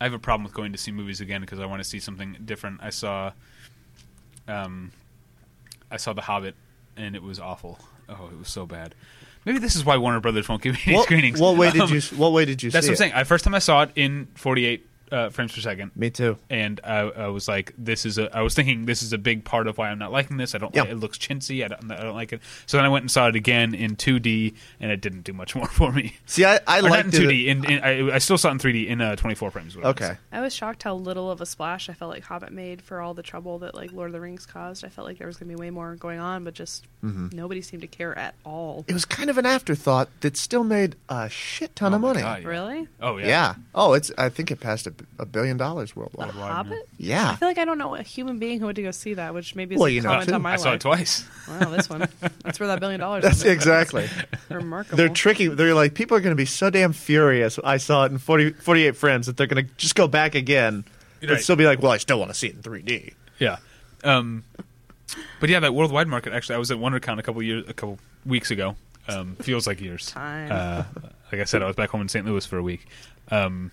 Speaker 1: I have a problem with going to see movies again because I want to see something different. I saw, um, I saw The Hobbit, and it was awful. Oh, it was so bad. Maybe this is why Warner Brothers won't give me any
Speaker 2: What,
Speaker 1: screenings.
Speaker 2: what way did
Speaker 1: Um,
Speaker 2: you What way did you?
Speaker 1: That's
Speaker 2: see
Speaker 1: what I'm saying. I first time I saw it in 48 uh, frames per second.
Speaker 2: It? Me too.
Speaker 1: and I, I was like, "This is a." I was thinking this is a big part of why I'm not liking this. I don't.
Speaker 2: Yeah.
Speaker 1: Like, it looks chintzy. I don't, I don't like it. So then I went and saw it again in 2D, and it didn't do much [LAUGHS] more for me.
Speaker 2: See, I, I
Speaker 1: Or not
Speaker 2: liked
Speaker 1: in
Speaker 2: it.
Speaker 1: 2D. In, in, I, I still saw it in 3D in uh, 24 frames. whatever it
Speaker 2: Okay,
Speaker 1: is.
Speaker 3: I was shocked how little of a splash I felt like Hobbit made for all the trouble that like Lord of the Rings caused. I felt like there was going to be way more going on, but just nobody seemed to care at all.
Speaker 2: it was kind of an afterthought that still made a shit ton
Speaker 1: Oh
Speaker 2: of
Speaker 1: my
Speaker 2: money.
Speaker 1: God, yeah.
Speaker 3: Really?
Speaker 1: Oh
Speaker 2: yeah.
Speaker 1: yeah.
Speaker 2: Oh, it's. I think it passed a, a billion dollars worldwide.
Speaker 1: [LAUGHS] Worldwide, yeah.
Speaker 3: Hobbit? I
Speaker 2: Yeah.
Speaker 3: feel like I don't know a human being who went to go see that, which maybe is
Speaker 2: Well,
Speaker 3: a
Speaker 2: you know,
Speaker 1: Uh,
Speaker 2: Comment
Speaker 3: comment
Speaker 2: too.
Speaker 3: on my
Speaker 1: I saw it twice.
Speaker 3: life.
Speaker 1: [LAUGHS]
Speaker 3: Wow, this one. That's where that billion dollars.
Speaker 2: That's
Speaker 3: went.
Speaker 2: exactly.
Speaker 1: [LAUGHS]
Speaker 3: Remarkable.
Speaker 2: They're tricky. They're like people are going to be so damn furious. I saw it in 40, 48 frames that they're going to just go back again and
Speaker 1: Right.
Speaker 2: still be like, "Well, I still want to see it
Speaker 1: [LAUGHS]
Speaker 2: in 3D."
Speaker 1: Yeah. Um, but yeah, that worldwide market. Actually, I was at WonderCon a couple years, a couple weeks ago. Um, feels like years.
Speaker 3: Time.
Speaker 1: Uh, like I said, I was back home in St. Louis for a week. Um,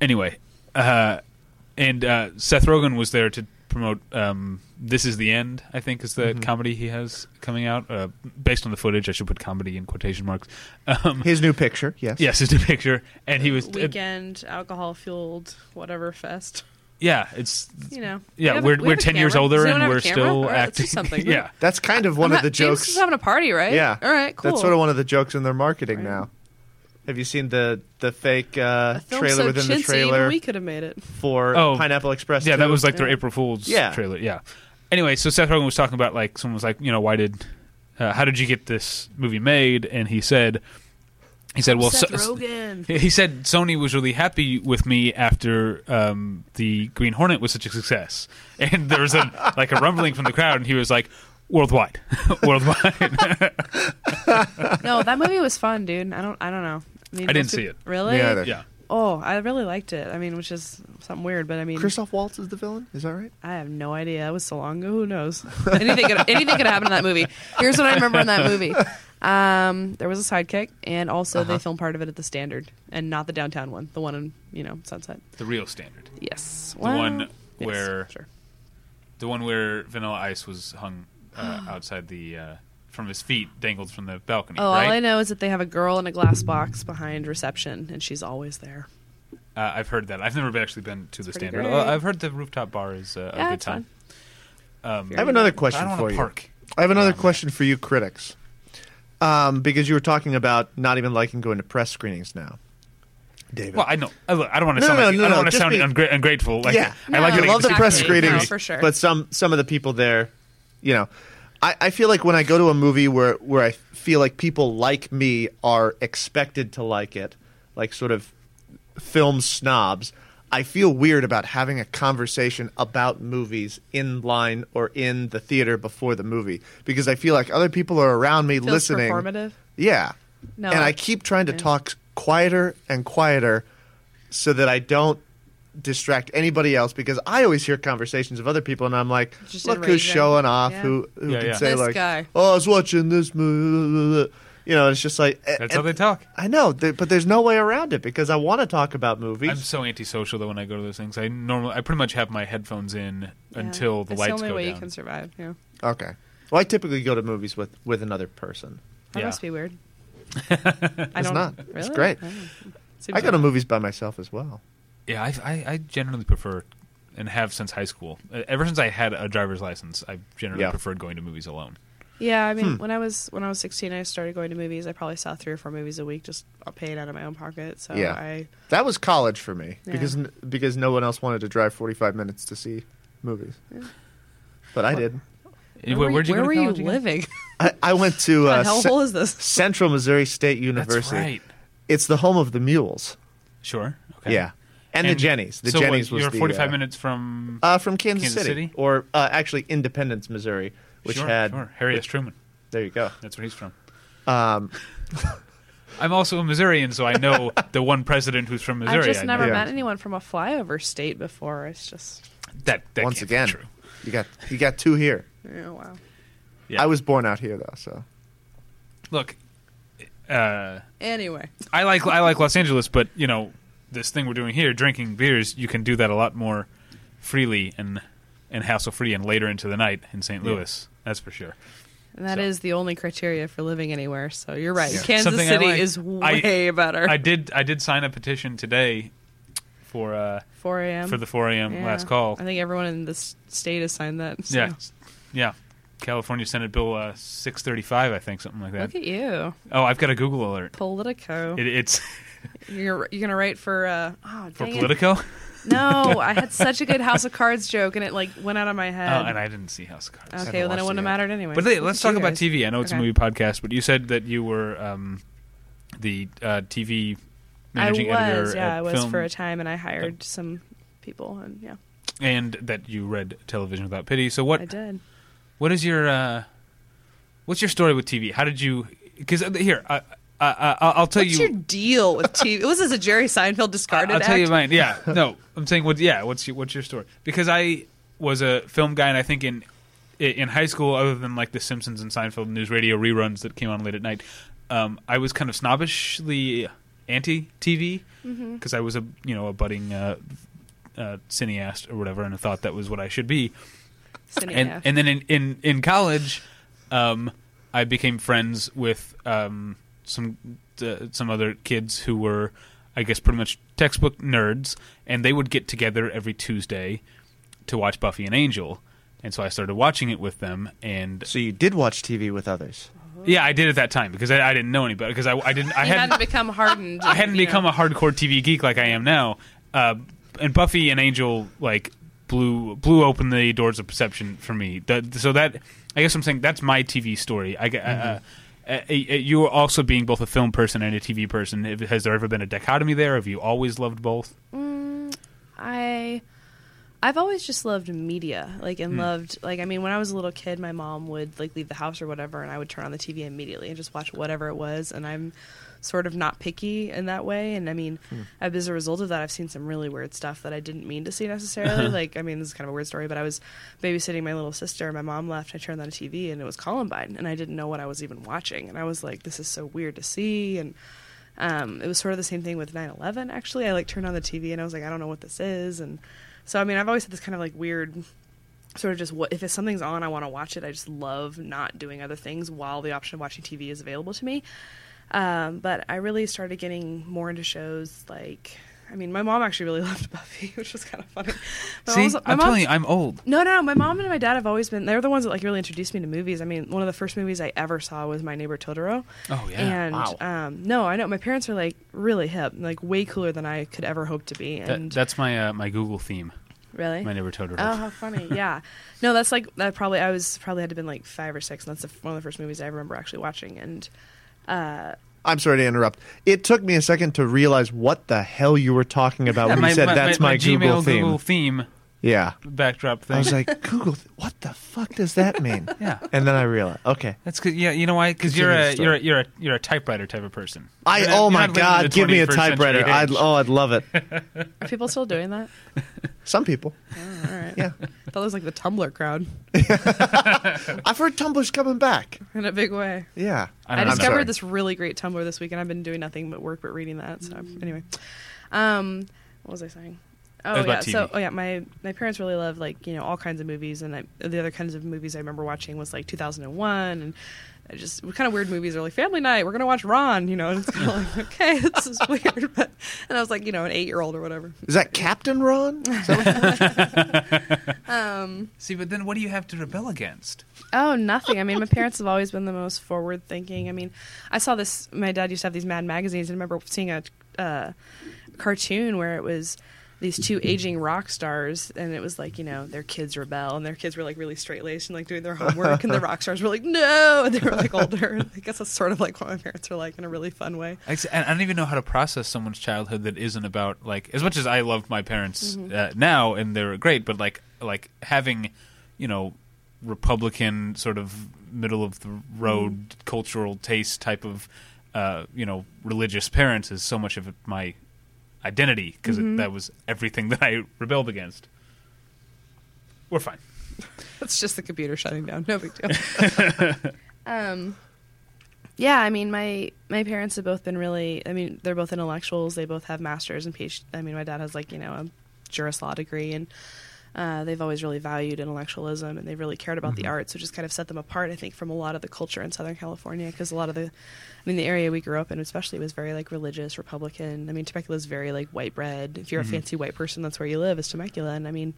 Speaker 1: anyway, uh, and uh, Seth Rogen was there to promote um, "This Is the End." I think is the comedy he has coming out uh, based on the footage. I should put comedy in quotation marks. Um, [LAUGHS]
Speaker 2: His new picture. Yes.
Speaker 1: yes, it's a picture, and he was uh,
Speaker 3: Weekend alcohol fueled whatever fest.
Speaker 1: yeah, it's
Speaker 3: You know.
Speaker 1: [LAUGHS]
Speaker 3: We
Speaker 1: yeah.
Speaker 3: have a-
Speaker 1: We're
Speaker 3: we
Speaker 1: we're
Speaker 3: have a
Speaker 1: ten years
Speaker 3: camera.
Speaker 1: older
Speaker 3: Does
Speaker 1: and
Speaker 3: anyone have a
Speaker 1: we're
Speaker 3: camera?
Speaker 1: still
Speaker 3: All right, let's do
Speaker 1: acting. [LAUGHS]
Speaker 3: something.
Speaker 1: yeah,
Speaker 2: That's kind of one
Speaker 3: I'm
Speaker 2: of the
Speaker 3: not- James
Speaker 2: jokes.
Speaker 3: is having a party, right?
Speaker 2: Yeah.
Speaker 3: All right. Cool.
Speaker 2: That's sort of one of the jokes in their marketing
Speaker 3: Right.
Speaker 2: now. Have you seen the the fake uh,
Speaker 3: A film
Speaker 2: trailer
Speaker 3: so
Speaker 2: within
Speaker 3: chintzy,
Speaker 2: the trailer
Speaker 3: even we could have made it.
Speaker 2: for
Speaker 1: Oh.
Speaker 2: Pineapple Express?
Speaker 1: yeah. That
Speaker 2: 2?
Speaker 1: was like their
Speaker 3: Yeah.
Speaker 1: April Fool's
Speaker 2: Yeah.
Speaker 1: trailer. Yeah. Anyway, so Seth Rogen was talking about like someone was like, you know, why did, uh, how did you get this movie made? And he said, he said, well,
Speaker 3: Seth
Speaker 1: so- [LAUGHS]
Speaker 3: Rogen.
Speaker 1: He he said Sony was really happy with me after um, the Green Hornet was such a success, [LAUGHS] and there was a like a rumbling from the crowd, and he was like, "Worldwide, [LAUGHS]
Speaker 3: [LAUGHS]
Speaker 1: worldwide."
Speaker 3: no, that movie was fun, dude. I don't. I don't know. I, mean,
Speaker 1: I didn't
Speaker 3: most
Speaker 1: see
Speaker 3: peop-
Speaker 1: it.
Speaker 3: Really?
Speaker 2: Me either.
Speaker 1: yeah,
Speaker 3: Oh, I really liked it. I mean, which is something weird, but I mean,
Speaker 2: Christoph Waltz is the villain. Is that right?
Speaker 3: I have no idea. It was so long ago. Who knows? [LAUGHS] Anything could, anything could happen in that movie. Here's what I remember in that movie. Um, there was a sidekick, and also
Speaker 2: Uh-huh.
Speaker 3: they filmed part of it at the Standard, and not the downtown one, the one in you know Sunset.
Speaker 1: the real standard,
Speaker 3: Yes,
Speaker 1: The one
Speaker 3: yes,
Speaker 1: where-
Speaker 3: sure.
Speaker 1: the one where Vanilla Ice was hung
Speaker 3: [GASPS]
Speaker 1: uh, outside the uh, from his feet, dangled from the balcony.
Speaker 3: Oh, all I
Speaker 1: right?
Speaker 3: know is that they have a girl in a glass box behind reception, and she's always there.
Speaker 1: uh, I've heard that. I've never been- actually been to the
Speaker 3: pretty
Speaker 1: standard.
Speaker 3: great.
Speaker 1: Uh, I've heard the rooftop bar is uh,
Speaker 3: Yeah,
Speaker 1: a good
Speaker 3: it's fun.
Speaker 1: time. Um,
Speaker 2: I have another
Speaker 1: but I
Speaker 2: question
Speaker 1: don't
Speaker 2: for
Speaker 1: want
Speaker 2: you.
Speaker 1: to park.
Speaker 2: I have another
Speaker 1: Yeah.
Speaker 2: question for you, critics, um, because you were talking about not even liking going to press screenings now, David.
Speaker 1: Well, I know. I look, I don't want to
Speaker 2: No,
Speaker 1: sound.
Speaker 2: no,
Speaker 1: like,
Speaker 2: no,
Speaker 1: I
Speaker 2: no,
Speaker 1: don't want to
Speaker 2: just
Speaker 1: sound
Speaker 2: be-
Speaker 1: ungra- ungrateful.
Speaker 3: [LAUGHS]
Speaker 1: Like,
Speaker 2: yeah,
Speaker 1: I like
Speaker 3: No,
Speaker 1: that it
Speaker 2: I love the
Speaker 1: exists.
Speaker 2: press
Speaker 3: exactly.
Speaker 2: screenings,
Speaker 3: No, for sure.
Speaker 2: but some some of the people there, you know, I, I feel like when I go to a movie where where I feel like people like me are expected to like it, like sort of film snobs, I feel weird about having a conversation about movies in line or in the theater before the movie because I feel like other people are around me
Speaker 3: Feels
Speaker 2: listening.
Speaker 3: performative.
Speaker 2: Yeah.
Speaker 3: No,
Speaker 2: and
Speaker 3: I-
Speaker 2: I keep trying to
Speaker 3: yeah.
Speaker 2: talk quieter and quieter so that I don't distract anybody else because I always hear conversations of other people and I'm like,
Speaker 3: Just
Speaker 2: look who's
Speaker 3: enraging.
Speaker 2: showing off,
Speaker 3: Yeah.
Speaker 2: who who
Speaker 1: Yeah,
Speaker 2: can
Speaker 1: yeah.
Speaker 2: say
Speaker 3: This
Speaker 2: like,
Speaker 3: guy.
Speaker 2: oh, I was watching this movie, you know. It's just like eh,
Speaker 1: That's how they talk.
Speaker 2: I know, th but there's no way around it because I want to talk about movies.
Speaker 1: I'm so antisocial though when I go to those things. I normally, I pretty much have my headphones in
Speaker 3: Yeah.
Speaker 1: until the
Speaker 3: It's
Speaker 1: lights
Speaker 3: the only
Speaker 1: go
Speaker 3: way
Speaker 1: down.
Speaker 3: you can survive. Yeah,
Speaker 2: okay, well, I typically go to movies with with another person.
Speaker 3: that
Speaker 1: Yeah.
Speaker 3: must be
Speaker 1: [LAUGHS]
Speaker 3: weird. I
Speaker 2: It's
Speaker 3: don't,
Speaker 2: not.
Speaker 3: Really?
Speaker 2: It's great.
Speaker 3: I, don't know. Seems
Speaker 2: I go to
Speaker 3: like-
Speaker 2: movies by myself as well.
Speaker 1: yeah, I, I, I generally prefer and have since high school. Uh, ever since I had a driver's license, I generally
Speaker 2: Yeah.
Speaker 1: preferred going to movies alone.
Speaker 3: Yeah, I
Speaker 2: Hmm.
Speaker 3: mean, when I was when I was 16, I started going to movies. I probably saw three or four movies a week, just paid out of my own pocket. So
Speaker 2: Yeah.
Speaker 3: I
Speaker 2: That was college for me
Speaker 3: Yeah.
Speaker 2: because n- because no one else wanted to drive 45 minutes to see movies. But I did.
Speaker 1: Where, would you go to
Speaker 3: were you
Speaker 1: college again?
Speaker 2: [LAUGHS]
Speaker 3: living?
Speaker 2: I, I went to uh,
Speaker 3: God, [LAUGHS] how
Speaker 2: Ce-
Speaker 3: hole is this?
Speaker 2: Central Missouri State
Speaker 1: That's
Speaker 2: University.
Speaker 1: right.
Speaker 2: It's the home of the Mules.
Speaker 1: Sure. Okay.
Speaker 2: Yeah. And, the Jennies. The
Speaker 1: so what,
Speaker 2: Jennies was
Speaker 1: you're
Speaker 2: the,
Speaker 1: 45
Speaker 2: uh,
Speaker 1: minutes from
Speaker 2: uh, from Kansas,
Speaker 1: Kansas
Speaker 2: City,
Speaker 1: City?
Speaker 2: or uh, actually Independence, Missouri, which
Speaker 1: sure,
Speaker 2: had
Speaker 1: sure. Harry S. Truman.
Speaker 2: there you go.
Speaker 1: That's where he's from.
Speaker 2: Um,
Speaker 1: [LAUGHS] I'm also a Missourian, so I know
Speaker 2: [LAUGHS]
Speaker 1: the one president who's from Missouri.
Speaker 3: I've just
Speaker 1: I
Speaker 3: never
Speaker 2: Yeah.
Speaker 3: met anyone from a flyover state before. It's just
Speaker 1: That, that
Speaker 2: once
Speaker 1: can't
Speaker 2: again,
Speaker 1: be true.
Speaker 2: you got you got two here.
Speaker 3: oh wow.
Speaker 1: Yeah.
Speaker 2: I was born out here though, so
Speaker 1: Look, uh,
Speaker 3: Anyway,
Speaker 1: I like I like Los Angeles, but you know this thing we're doing here, drinking beers, you can do that a lot more freely and and hassle free and later into the night in St. Louis. That's for sure.
Speaker 3: and that
Speaker 1: So.
Speaker 3: is the only criteria for living anywhere. So you're right.
Speaker 1: Yeah.
Speaker 3: Kansas
Speaker 1: Something I
Speaker 3: City
Speaker 1: like.
Speaker 3: is
Speaker 1: I-
Speaker 3: way better.
Speaker 1: I did I did sign a petition today for uh
Speaker 3: 4 a.m.
Speaker 1: for the 4 a.m.
Speaker 3: Yeah.
Speaker 1: last call.
Speaker 3: I think everyone in this state has signed that. so.
Speaker 1: Yeah, yeah. California Senate Bill uh, 635, I think, something like that.
Speaker 3: Look at you,
Speaker 1: Oh, I've got a Google alert.
Speaker 3: Politico.
Speaker 1: It, it's
Speaker 3: You're you're gonna write for uh, oh,
Speaker 1: for
Speaker 3: dang it.
Speaker 1: Politico.
Speaker 3: [LAUGHS] No, I had such a good House of Cards joke, and it like went out of my
Speaker 1: Oh,
Speaker 3: head.
Speaker 1: and I didn't see House of Cards.
Speaker 3: okay, well then it
Speaker 2: watched it
Speaker 3: wouldn't have
Speaker 2: yet.
Speaker 3: mattered anyway.
Speaker 1: But hey, let's
Speaker 3: Look
Speaker 1: talk
Speaker 3: at you
Speaker 1: about
Speaker 3: guys.
Speaker 1: TV. I know it's
Speaker 3: Okay.
Speaker 1: a movie podcast, but you said that you were um, the uh, TV managing
Speaker 3: I was,
Speaker 1: editor.
Speaker 3: yeah,
Speaker 1: at
Speaker 3: I was
Speaker 1: film,
Speaker 3: for a time, and I hired some people, and yeah,
Speaker 1: and that you read Television Without Pity. So what?
Speaker 3: I did.
Speaker 1: What is your uh, what's your story with TV? How did you? Because here, I, I, I, I'll tell
Speaker 3: What's
Speaker 1: you.
Speaker 3: your deal with TV? was this a Jerry Seinfeld
Speaker 1: I-
Speaker 3: discarded
Speaker 1: I'll tell
Speaker 3: act?
Speaker 1: you mine.
Speaker 3: [LAUGHS]
Speaker 1: Yeah, no, I'm saying what? Yeah, what's your, what's your story? Because I was a film guy, and I think in in high school, other than like The Simpsons and Seinfeld news radio reruns that came on late at night, um, I was kind of snobbishly anti TV because
Speaker 3: Mm-hmm.
Speaker 1: I was a you know a budding uh, uh, cineast or whatever, and I thought that was what I should be and
Speaker 3: Cineath.
Speaker 1: and then in in, in college, um, I became friends with um, some uh, some other kids who were I guess pretty much textbook nerds, and they would get together every Tuesday to watch Buffy and Angel. And so I started watching it with them, and
Speaker 2: So you did watch TV with others.
Speaker 1: yeah, I did at that time because I, I didn't know any better because I, I didn't I
Speaker 3: [LAUGHS] You hadn't
Speaker 1: hadn't
Speaker 3: become hardened.
Speaker 1: I hadn't become a hardcore TV geek like I am now. Uh, and Buffy and Angel like blew blew open the doors of perception for me. That- so that I guess I'm saying that's my TV story. I, get- uh, uh, uh, you are also being both a film person and a TV person. If- Has there ever been a dichotomy there? Have you always loved both?
Speaker 3: Mm, I I've always just loved media, like and loved like I mean when I was a little kid, my mom would like leave the house or whatever, and I would turn on the TV immediately and just watch whatever it was. And I'm sort of not picky in that way. And I mean, I've- as a result of that, I've seen some really weird stuff that I didn't mean to see necessarily. like I mean, this is kind of a weird story, but I was babysitting my little sister. and My mom left. I turned on the TV, and it was Columbine, and I didn't know what I was even watching. And I was like, this is so weird to see, and um, it was sort of the same thing with 9-11 actually i like turned on the tv and i was like i don't know what this is and so i mean i've always had this kind of like weird sort of just what if it's something's on i want to watch it i just love not doing other things while the option of watching tv is available to me um, but i really started getting more into shows like i mean my mom actually really [LAUGHS] loved buffy which was kind of funny My mom's- my
Speaker 1: I'm
Speaker 3: mom's-
Speaker 1: telling you, I'm old.
Speaker 3: no, no. My mom and my dad have always been. They're the ones that like really introduced me to movies. I mean, one of the first movies I ever saw was My Neighbor Totoro.
Speaker 1: Oh, yeah.
Speaker 3: And
Speaker 2: Wow.
Speaker 3: um, no, I know my parents are like really hip, like way cooler than I could ever hope to be. And
Speaker 1: that's my uh, my Google theme.
Speaker 3: really,
Speaker 1: My neighbor Totoro.
Speaker 3: Oh, how funny!
Speaker 2: [LAUGHS]
Speaker 3: Yeah, no, that's like that. Probably I was probably had to been like five or six, and that's the, one of the first movies I remember actually watching. And uh,
Speaker 2: I'm sorry to interrupt. It took me a second to realize what the hell you were talking about when you said that's my, Google
Speaker 1: Gmail
Speaker 2: theme.
Speaker 1: Google theme
Speaker 2: Yeah.
Speaker 1: backdrop thing.
Speaker 2: I was like, Google, th- what the fuck does that
Speaker 1: [LAUGHS]
Speaker 2: mean?
Speaker 1: Yeah.
Speaker 2: And then I realized, okay.
Speaker 1: That's cause, yeah, you know why? Because
Speaker 2: Continue
Speaker 1: you're
Speaker 2: the
Speaker 1: a
Speaker 2: story.
Speaker 1: you're a, you're a you're a typewriter type of person.
Speaker 2: I
Speaker 1: You're not-
Speaker 2: oh
Speaker 1: you're
Speaker 2: my
Speaker 1: not living in
Speaker 2: god,
Speaker 1: the
Speaker 2: give me a
Speaker 1: 21st century
Speaker 2: typewriter. I'd
Speaker 1: age.
Speaker 2: oh, I'd love
Speaker 1: [LAUGHS]
Speaker 2: it.
Speaker 3: are people still doing that?
Speaker 2: Some people,
Speaker 3: Oh, all right.
Speaker 2: [LAUGHS] yeah.
Speaker 3: That was like the Tumblr crowd
Speaker 2: I've heard Tumblr's coming back.
Speaker 3: in a big way.
Speaker 2: Yeah.
Speaker 1: I
Speaker 3: I
Speaker 1: don't know.
Speaker 3: discovered
Speaker 2: sorry.
Speaker 3: this really great Tumblr this week, and I've been doing nothing but work, but reading that. So anyway, um, what was I saying? Oh
Speaker 1: was
Speaker 3: yeah,
Speaker 1: about
Speaker 3: so
Speaker 1: TV.
Speaker 3: oh yeah, my my parents really love like you know all kinds of movies, and I, the other kinds of movies I remember watching was like 2001 and. I Just kind of weird movies are like family night. We're gonna watch Ron, you know. And it's kind of like [LAUGHS] okay, this is weird. But, and I was like, you know, an eight year old or whatever.
Speaker 2: Is that Captain
Speaker 3: [LAUGHS]
Speaker 2: Ron? [LAUGHS] Is that what-
Speaker 3: Um,
Speaker 1: See, but then what do you have to rebel against?
Speaker 3: Oh, nothing. I mean, my parents have always been the most forward thinking. I mean, I saw this. My dad used to have these Mad magazines, and I remember seeing a uh, cartoon where it was these two aging rock stars, and it was like you know their kids rebel, and their kids were like really straight laced and like doing their homework, and the rock stars were like no, [LAUGHS] and they were like older. I guess that's sort of like what my parents are like in a really fun way.
Speaker 1: I, I don't even know how to process someone's childhood that isn't about like as much as I loved my parents uh, now and they're great, but like like having you know Republican sort of middle of the road cultural taste type of uh, you know religious parents is so much of my identity because that was everything that I rebelled against. We're fine.
Speaker 3: [LAUGHS] It's just the computer shutting down. No big deal. um, yeah, I mean, my my parents have both been really. I mean, they're both intellectuals. They both have masters and PhD. I mean, my dad has like you know a juris law degree, and uh, they've always really valued intellectualism, and they really cared about the arts, which has kind of set them apart, I think, from a lot of the culture in Southern California. Because a lot of the, I mean, the area we grew up in, especially, was very like religious, Republican. I mean, Temecula is very like white bread. If you're a fancy white person, that's where you live is Temecula, and I mean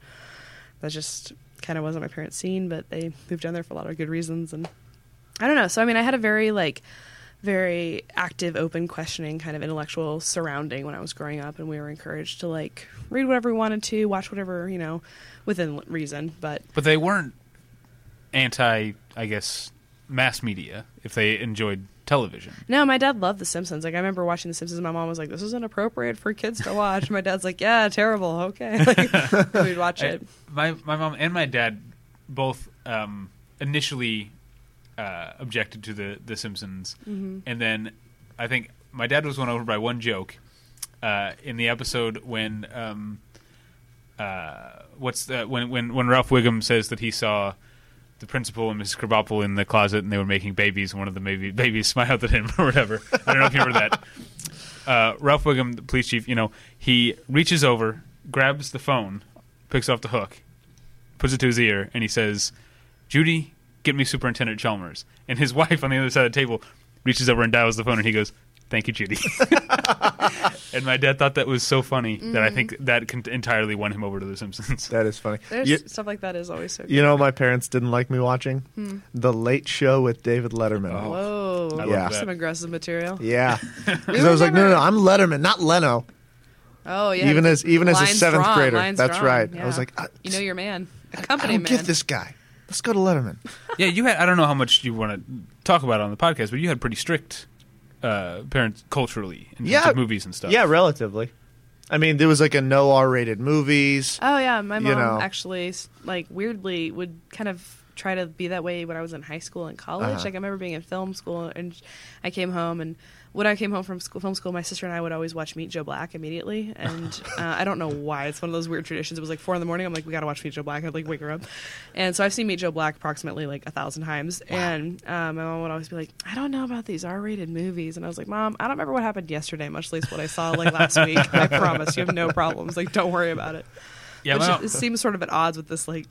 Speaker 3: that just kind of wasn't my parents' scene, but they moved down there for a lot of good reasons. And I don't know. So, I mean, I had a very, like, very active, open, questioning kind of intellectual surrounding when I was growing up, and we were encouraged to, like, read whatever we wanted to, watch whatever, you know, within reason. But
Speaker 1: But they weren't anti, I guess, mass media if they enjoyed television.
Speaker 3: No, my dad loved The Simpsons. Like I remember watching The Simpsons. and My mom was like, "This isn't appropriate for kids to watch." my dad's like, "Yeah, terrible. Okay." [LAUGHS] Like, we'd
Speaker 1: [LAUGHS]
Speaker 3: watch
Speaker 1: I-
Speaker 3: it.
Speaker 1: my my mom and my dad both um, initially uh, objected to the the Simpsons,
Speaker 3: Mm-hmm.
Speaker 1: and then I think my dad was won over by one joke uh, in the episode when um, uh, what's the, when when when Ralph Wiggum says that he saw. The principal and Mrs. Krabappel in the closet, and they were making babies. and One of the baby, babies [LAUGHS] smiled at him, or whatever. I don't know if you remember that uh, Ralph Wiggum, the police chief, you know, he reaches over, grabs the phone, picks off the hook, puts it to his ear, and he says, Judy, [LAUGHS] get me Superintendent Chalmers. And his wife on the other side of the table reaches over and dials the phone, and he goes, Thank you, Judy. and my dad thought that was so funny that I think that can entirely won him over to The Simpsons.
Speaker 2: That is funny.
Speaker 3: There's
Speaker 2: You,
Speaker 3: stuff like that is always so.
Speaker 2: you know, what my parents didn't like me watching
Speaker 3: Hmm.
Speaker 2: the Late Show with David Letterman.
Speaker 1: Oh.
Speaker 3: Whoa,
Speaker 1: I
Speaker 2: love Yeah. that.
Speaker 3: some aggressive material.
Speaker 1: [LAUGHS]
Speaker 2: Yeah, 'Cause I was like, no, no, no, I'm Letterman, not Leno.
Speaker 3: Oh yeah,
Speaker 2: even as even as a
Speaker 3: lines
Speaker 2: seventh
Speaker 3: drawn,
Speaker 2: grader,
Speaker 3: lines
Speaker 2: that's
Speaker 3: drawn,
Speaker 2: right. I
Speaker 3: yeah.
Speaker 2: was like, I,
Speaker 3: you know your man, a
Speaker 2: I
Speaker 3: company
Speaker 2: don't
Speaker 3: man.
Speaker 2: get this guy. Let's go to Letterman.
Speaker 1: [LAUGHS] yeah, you had. I don't know how much you want to talk about on the podcast, but you had pretty strict uh, parents culturally in terms
Speaker 2: Yeah.
Speaker 1: of movies and stuff.
Speaker 2: Yeah, relatively. I mean, there was like a no R-rated movies.
Speaker 3: Oh yeah, my mom
Speaker 2: You know.
Speaker 3: actually s- like weirdly would kind of try to be that way when I was in high school and college.
Speaker 2: Uh-huh.
Speaker 3: Like I remember being in film school and sh- I came home and when I came home from school, film school, my sister and I would always watch Meet Joe Black immediately.
Speaker 2: [LAUGHS]
Speaker 3: And uh, I don't know why it's one of those weird traditions. It was like four in the morning. I'm like, we gotta watch Meet Joe Black. I'd like wake her up. And so I've seen Meet Joe Black approximately like a thousand times. And uh, my mom would always be like, I don't know about these R-rated movies. And I was like, Mom, I don't remember what happened yesterday, much less what I saw like
Speaker 2: [LAUGHS]
Speaker 3: last week. I promise, you have no problems. Like, don't worry about it
Speaker 1: yeah.
Speaker 3: which
Speaker 1: well,
Speaker 3: is- seems sort of at odds with this like